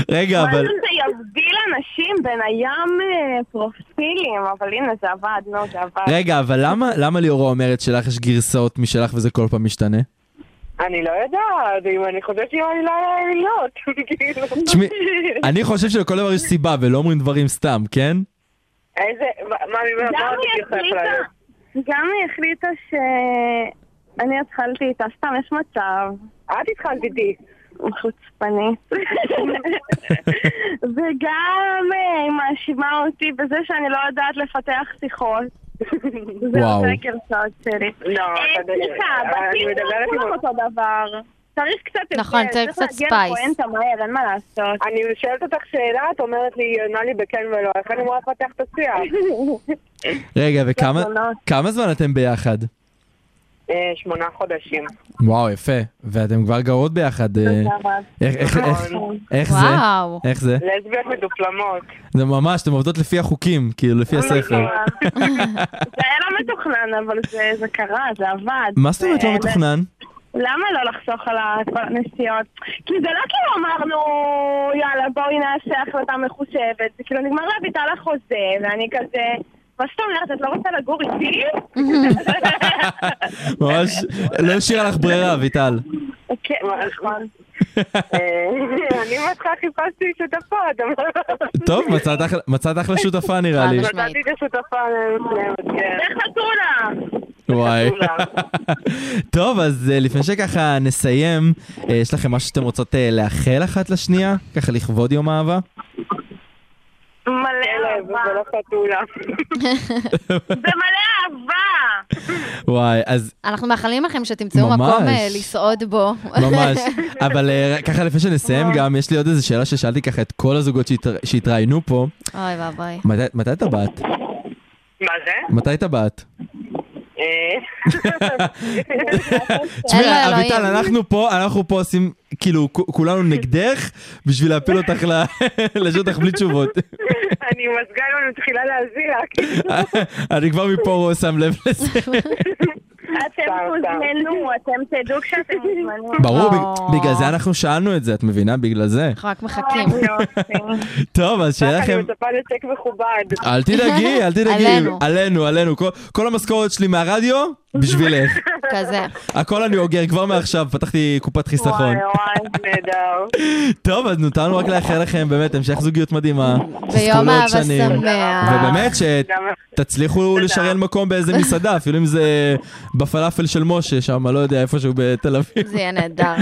S4: רגע, אבל...
S10: זה יבדיל אנשים בין הים אה, פרופילים, אבל הנה, זה עבד, נו, זה עבד.
S4: רגע, אבל למה, למה ליאורה אומרת שלך יש גרסאות משלך וזה כל פעם משתנה?
S10: אני לא יודעת, אם אני חושבת שאם אני לא יודעת מילות, כאילו.
S4: תשמעי, אני חושב שלכל דבר יש סיבה ולא אומרים דברים סתם, כן?
S10: איזה, מה, מה,
S9: גם היא החליטה, גם היא החליטה ש... אני התחלתי איתה, סתם יש מצב,
S10: את התחלת איתי.
S9: חוצפנית. וגם אה, היא מאשימה אותי בזה שאני לא יודעת לפתח שיחות. זה
S4: וואו.
S9: עושה גרסאות שלי.
S10: לא,
S9: אה, סליחה,
S10: אני
S9: בתים
S10: מדברת
S9: לא כולם
S10: עם...
S9: אותו דבר. צריך קצת הבדל,
S5: נכון, צריך קצת
S9: להגיע
S5: ספייס.
S9: לפואנטה מהר, אין מה לעשות.
S10: אני שואלת אותך שאלה, את אומרת לי, היא עונה לי בכן ולא, איך אני אמורה לפתח את השיח?
S4: רגע, וכמה
S10: נכון.
S9: זונות.
S4: כמה זמן אתם ביחד?
S10: אה, שמונה חודשים.
S4: וואו, יפה. ואתם כבר גרות ביחד. אה, איך- איך- איך-
S10: נכון.
S4: איך זה?
S5: וואו.
S4: איך זה?
S10: לסביות מדופלמות.
S4: זה ממש, אתם עובדות לפי החוקים, כאילו,
S10: אה,
S4: לפי הספר.
S9: זה היה לא מתוכנן, אבל זה זה קרה, זה עבד.
S4: מה זאת אומרת לא
S9: זה-
S4: מתוכנן?
S9: למה לא לחסוך על הנסיעות? כי זה לא כאילו אמרנו, יאללה, בואי נעשה החלטה מחושבת. זה כאילו נגמר לאביטל החוזה, ואני כזה... מה זאת אומרת, את לא רוצה לגור איתי?
S4: ממש, לא השאירה לך ברירה, אביטל.
S10: כן, נכון. אה, אני בהתחלה חיפשתי שותפות, אבל...
S9: לא
S4: טוב, מצאת אחלה- מצאת אחלה שותפה נראה לי.
S5: חד
S10: מצאתי את השותפה המסוימת, כן.
S9: איך חתולה?
S4: וואי.
S10: לכולם.
S4: טוב, אז אה, לפני שככה נסיים, אה, יש לכם משהו שאתם רוצות אה, לאחל אחת לשנייה? ככה לכבוד יום אהבה?
S9: מלא
S10: כלב,
S9: אהבה.
S10: ולא חתולה.
S9: זה מלא אהבה!
S4: וואי, אז
S5: אנחנו מאחלים לכם שתמצאו
S4: ממש.
S5: מקום אה, לסעוד בו.
S4: ממש. אבל אה, ככה לפני שנסיים גם, יש לי עוד איזו שאלה ששאלתי ככה את כל הזוגות שהתר- שהתראיינו פה.
S5: אוי ואבוי.
S4: מתי- מתי טבעת?
S10: מה זה?
S4: מתי טבעת?
S10: אה,
S4: תשמעי,
S5: אלוהים.
S4: אביטל, אנחנו פה, אנחנו פה עושים, כאילו, כ- כולנו נגדך, בשביל להפיל אותך ל- לשטח בלי תשובות.
S10: אני מזגן ואני מתחילה להזיע.
S4: אני כבר מפה שם לב לזה.
S9: אתם תוזמנו, אתם תדעו כשאתם מוזמנים.
S4: ברור,
S5: או.
S4: בג- בגלל זה אנחנו שאלנו את זה, את מבינה? בגלל זה.
S5: אנחנו רק מחכים.
S4: טוב, אז שיהיה
S10: כן. אני
S4: לכם...
S10: מצפה לצ'ק מכובד.
S4: אל תדאגי, אל תדאגי.
S5: עלינו.
S4: עלינו, עלינו. כל- כל המשכורת שלי מהרדיו, בשבילך.
S5: כזה.
S4: הכל אני אוגר כבר מעכשיו, פתחתי קופת חיסכון.
S10: וואי, נהדר.
S4: טוב, אז נותר לנו רק לאחל לכם באמת המשך זוגיות מדהימה. שתזכו
S5: ויום
S4: לעוד
S5: אהבה
S4: שנים.
S5: שמח.
S4: ובאמת שתצליחו לשריין מקום באיזה מסעדה, אפילו אם זה בפלאפל של משה שם, לא יודע, איפשהו בתל אביב.
S5: זה יהיה נהדר.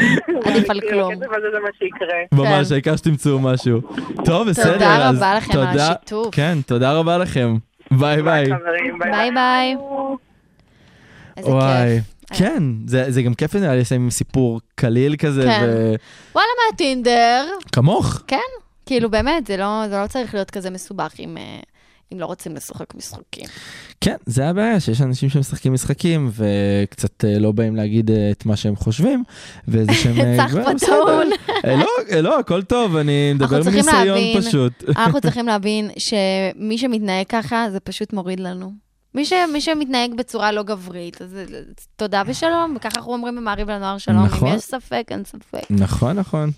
S5: עדיף על כלום.
S10: הכסף הזה זה מה שיקרה.
S4: ממש, העיקר שתמצאו משהו. טוב, בסדר.
S5: תודה
S4: אז
S5: רבה לכם על
S4: תודה-
S5: השיתוף.
S4: כן, תודה רבה לכם. ביי ביי.
S10: חברים, ביי.
S5: ביי ביי. איזה כיף.
S4: כן, זה, זה גם כיף נראה לי לסיים עם סיפור קליל כזה,
S5: כן.
S4: כן.
S5: וואלה, מהטינדר.
S4: וכמוך.
S5: כאילו, באמת, זה לא, זה לא צריך להיות כזה מסובך אם, אה, אם לא רוצים לשחק משחקים.
S4: כן, זה הבעיה, שיש אנשים שמשחקים משחקים, וקצת אה, לא באים להגיד אה, את מה שהם חושבים, וזה שהם... אה,
S5: צריך
S4: כבר, בסדר.
S5: פטרון.
S4: אה, לא, אה, לא, הכל טוב, אני מדבר
S5: צריכים
S4: מניסיון
S5: להבין.
S4: פשוט.
S5: אנחנו צריכים להבין שמי שמתנהג ככה, זה פשוט מוריד לנו. מי, ש, מי שמתנהג בצורה לא גברית, אז אה, תודה ושלום, וככה אנחנו אומרים במעריב לנוער שלום.
S4: נכון.
S5: אם יש ספק, אין ספק.
S4: נכון, נכון.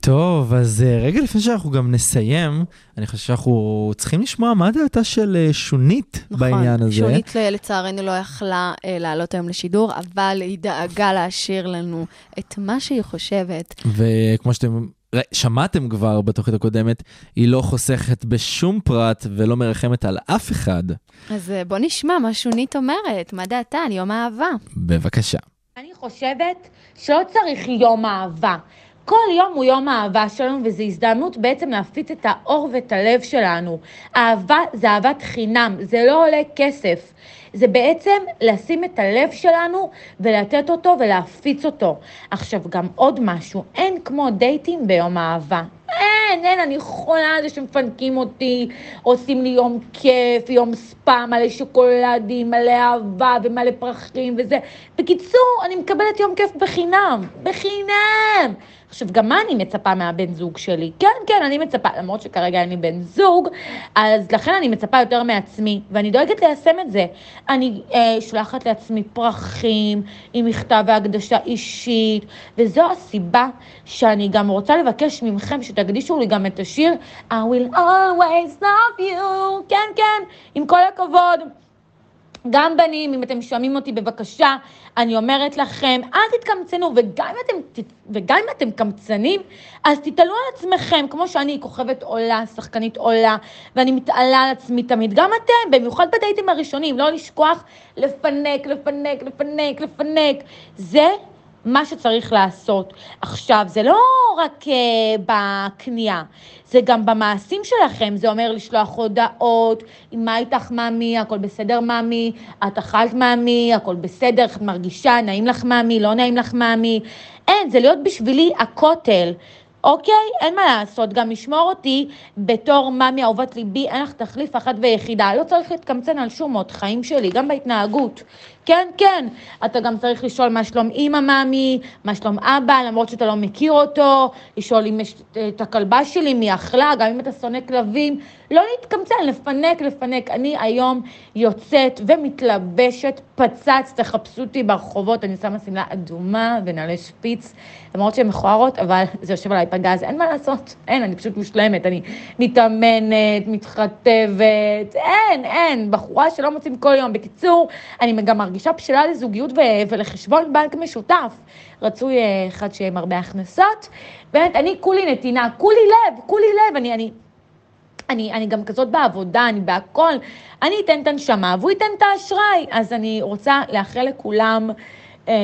S4: טוב, אז אה, רגע לפני שאנחנו גם נסיים, אני חושב שאנחנו צריכים לשמוע מה דעתה של אה, שונית
S5: נכון.
S4: בעניין הזה.
S5: שונית ל- לצערנו לא יכלה אה, לעלות היום לשידור, אבל היא דאגה להשאיר לנו את מה שהיא חושבת.
S4: וכמו שאתם ר- שמעתם כבר בתוכנית הקודמת, היא לא חוסכת בשום פרט ולא מרחמת על אף אחד.
S5: אז אה, בוא נשמע מה שונית אומרת, מה דעתה על יום האהבה.
S4: בבקשה.
S12: אני חושבת שלא צריך יום אהבה. כל יום הוא יום האהבה שלנו, וזו הזדמנות בעצם להפיץ את האור ואת הלב שלנו. אהבה זה אהבת חינם, זה לא עולה כסף. זה בעצם לשים את הלב שלנו ולתת אותו ולהפיץ אותו. עכשיו, גם עוד משהו, אין כמו דייטים ביום אהבה. אין, אין, כן, אני חולה על זה שמפנקים אותי, עושים לי יום כיף, יום ספא, מלא שוקולדים, מלא אהבה ומלא פרחים וזה. בקיצור, אני מקבלת יום כיף בחינם, בחינם. עכשיו, גם מה אני מצפה מהבן זוג שלי? כן, כן, אני מצפה, למרות שכרגע אין לי בן זוג, אז לכן אני מצפה יותר מעצמי, ואני דואגת ליישם את זה. אני אה, שולחת לעצמי פרחים עם מכתב והקדשה אישית, וזו הסיבה שאני גם רוצה לבקש מכם שתקדישו לי גם את השיר I will always love you, כן, כן, עם כל הכבוד. גם בנים, אם אתם שומעים אותי, בבקשה, אני אומרת לכם, אל תתקמצנו, וגם אם אתם, ת- וגם אם אתם קמצנים, אז תתעלו על עצמכם, כמו שאני כוכבת עולה, שחקנית עולה, ואני מתעלה על עצמי תמיד. גם אתם, במיוחד בדייטים הראשונים, לא לשכוח לפנק, לפנק, לפנק, לפנק. זה מה שצריך לעשות. עכשיו, זה לא רק אה, בקנייה, זה גם במעשים שלכם, זה אומר לשלוח הודעות, מה איתך מאמי, הכל בסדר מאמי, את אכלת מאמי, הכל בסדר, איך את מרגישה, נעים לך מאמי, לא נעים לך מאמי. אין, זה להיות בשבילי הכותל. אוקיי, אין מה לעשות, גם לשמור אותי בתור מאמי אהובת ליבי, אין לך תחליף אחת ויחידה. לא צריך להתקמצן על שום עוד חיים שלי, גם בהתנהגות. כן, כן, אתה גם צריך לשאול מה שלום אימא מאמי, מה שלום אבא, למרות שאתה לא מכיר אותו, לשאול אם יש אה, את הכלבה שלי, מי אכלה, גם אם אתה שונא כלבים. לא להתקמצן, לפנק, לפנק. אני היום יוצאת ומתלבשת פצץ, תחפשו אותי ברחובות, אני שמה שמלה אדומה ונעלי שפיץ, למרות שהן מכוערות, אבל זה יושב עליי פגז, אין מה לעשות, אין, אני פשוט מושלמת, אני מתאמנת, מתחתבת, אין, אין, בחורה שלא מוצאים כל יום. בקיצור, אני גם מרגישה בשלה לזוגיות ו- ולחשבון בנק משותף. רצוי אה, אחד שיהיה עם הרבה הכנסות. באמת, אני כולי נתינה, כולי לב, כולי לב, אני, אני, אני, אני גם כזאת בעבודה, אני בהכל. אני אתן את הנשמה והוא ייתן את האשראי. אז אני רוצה לאחל לכולם אה,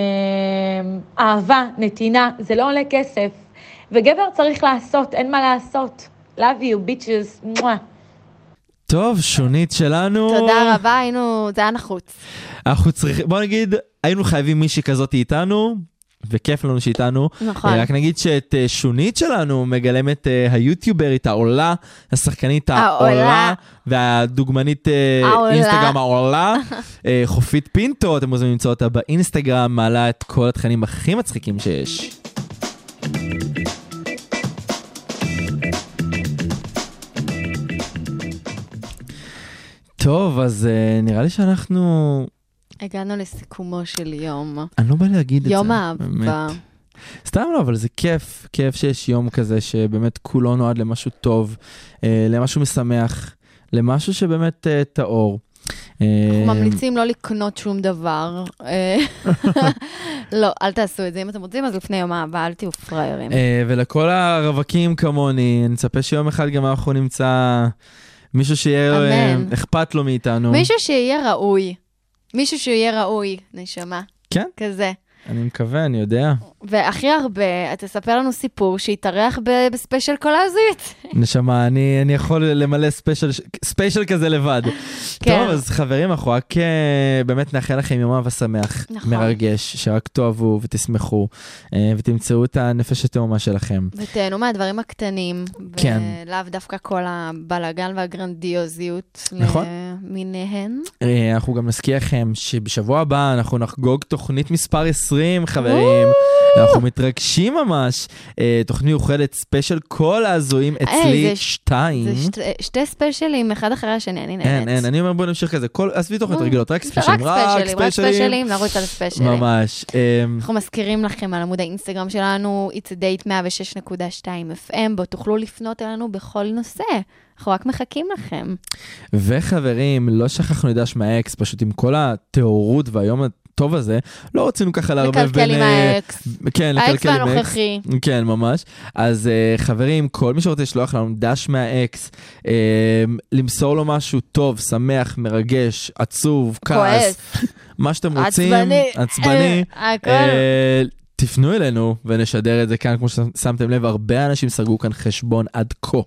S12: אהבה, נתינה, זה לא עולה כסף. וגבר צריך לעשות, אין מה לעשות. Love you, bitches. מואה.
S4: טוב, שונית שלנו.
S5: תודה רבה, היינו, זה היה נחוץ.
S4: אנחנו צריכים, בוא נגיד, היינו חייבים מישהי כזאת איתנו, וכיף לנו שאיתנו.
S5: נכון.
S4: אה, רק נגיד שאת אה, שונית שלנו מגלמת אה, היוטיוברית העולה, השחקנית
S5: העולה.
S4: העולה, והדוגמנית אה,
S5: העולה.
S4: אינסטגרם העולה, אה, חופית פינטו, אתם מוזמנים למצוא אותה באינסטגרם, מעלה את כל התכנים הכי מצחיקים שיש. טוב, אז אה, נראה לי שאנחנו...
S5: הגענו לסיכומו של יום.
S4: אני לא בא להגיד את זה.
S5: יום האהבה.
S4: באמת. סתם לא, אבל זה כיף, כיף שיש יום כזה שבאמת כולו נועד למשהו טוב, אה, למשהו משמח, למשהו שבאמת אה, טהור. אה,
S5: אנחנו ממליצים לא לקנות שום דבר. אה, לא, אל תעשו את זה. אם אתם רוצים, אז לפני יום האהבה, אל תהיו פראיירים.
S4: אה, ולכל הרווקים כמוני, אני מצפה שיום אחד גם אנחנו נמצא מישהו שיהיה לו, אה,
S5: אמן.
S4: אכפת לו מאיתנו.
S5: מישהו שיהיה ראוי. מישהו שיהיה ראוי, נשמה.
S4: כן.
S5: כזה.
S4: אני מקווה, אני יודע.
S5: והכי הרבה, תספר לנו סיפור שהתארח ב- בספיישל קולזית.
S4: נשמה, אני, אני יכול למלא ספיישל, ספיישל כזה לבד.
S5: כן.
S4: טוב, אז חברים, אנחנו רק אה, באמת נאחל לכם יום אהבה שמח,
S5: נכון.
S4: מרגש, שרק תאהבו ותשמחו, אה, ותמצאו את הנפש התאומה שלכם.
S5: ותהנו מהדברים הקטנים.
S4: כן.
S5: ולאו דווקא כל הבלאגן והגרנדיוזיות.
S4: נכון.
S5: למיניהן.
S4: אה, אנחנו גם נזכיר לכם שבשבוע הבא אנחנו נחגוג תוכנית מספר 20, חברים. אנחנו מתרגשים ממש. אה, תוכנית מיוחדת, ספיישל כל ההזויים אצלי
S5: זה ש-
S4: שתיים.
S5: זה שתי- שתי ספיישלים, אחד אחרי השני, אני נהנית.
S4: אין, אין, אני אומר בוא נמשיך כזה, כל, עזבי תוכנית
S5: נו,
S4: רגילות, רק
S5: זה
S4: ספיישלים,
S5: רק ספיישלים, רק ספיישלים, נרוץ על ספיישלים.
S4: ממש. אמ,
S5: אנחנו מזכירים לכם על עמוד האינסטגרם שלנו, It's a date 106.2 FM, בו תוכלו לפנות אלינו בכל נושא. אנחנו רק מחכים לכם.
S4: וחברים, לא שכחנו את דש מהאקס, פשוט עם כל הטהורות והיום הטוב הזה, לא רצינו ככה לערבב בין...
S5: לקלקל עם
S4: אה,
S5: האקס.
S4: כן,
S5: האקס
S4: לקלקל עם האקס.
S5: והנוכחי.
S4: כן, ממש. אז uh, חברים, כל מי שרוצה לשלוח לנו דש מהאקס, um, למסור לו משהו טוב, שמח, מרגש, עצוב, כעס,
S5: כועס,
S4: מה שאתם רוצים,
S5: עצבני.
S4: עצבני
S5: אה, הכל.
S4: אה, תפנו אלינו ונשדר את זה כאן, כמו ששמתם לב, הרבה אנשים סגרו כאן חשבון עד כה.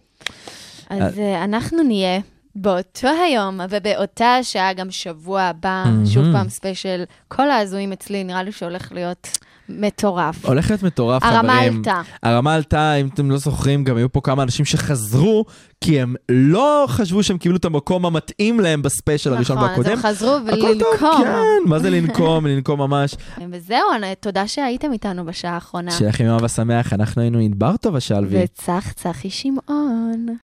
S5: אז אה, אנחנו נהיה באותו היום ובאותה השעה, גם שבוע הבא,
S4: מהמם.
S5: שוב פעם ספיישל, כל ההזויים אצלי, נראה לי שהולך להיות מטורף.
S4: הולך להיות מטורף,
S5: הרמה
S4: חברים.
S5: עלתה.
S4: הרמה עלתה, אם אתם לא זוכרים, גם היו פה כמה אנשים שחזרו, כי הם לא חשבו שהם קיבלו את המקום המתאים להם בספיישל לא הראשון
S5: נכון, אז
S4: והקודם.
S5: הם חזרו
S4: הכל טוב,
S5: ולנקום.
S4: כן, מה זה לנקום? לנקום ממש.
S5: וזהו, אני- תודה שהייתם איתנו בשעה האחרונה.
S4: שיהיה לכם יום אהבה שמח, אנחנו היינו ענבר טובה שלוי.
S5: וצח צחי שמעון.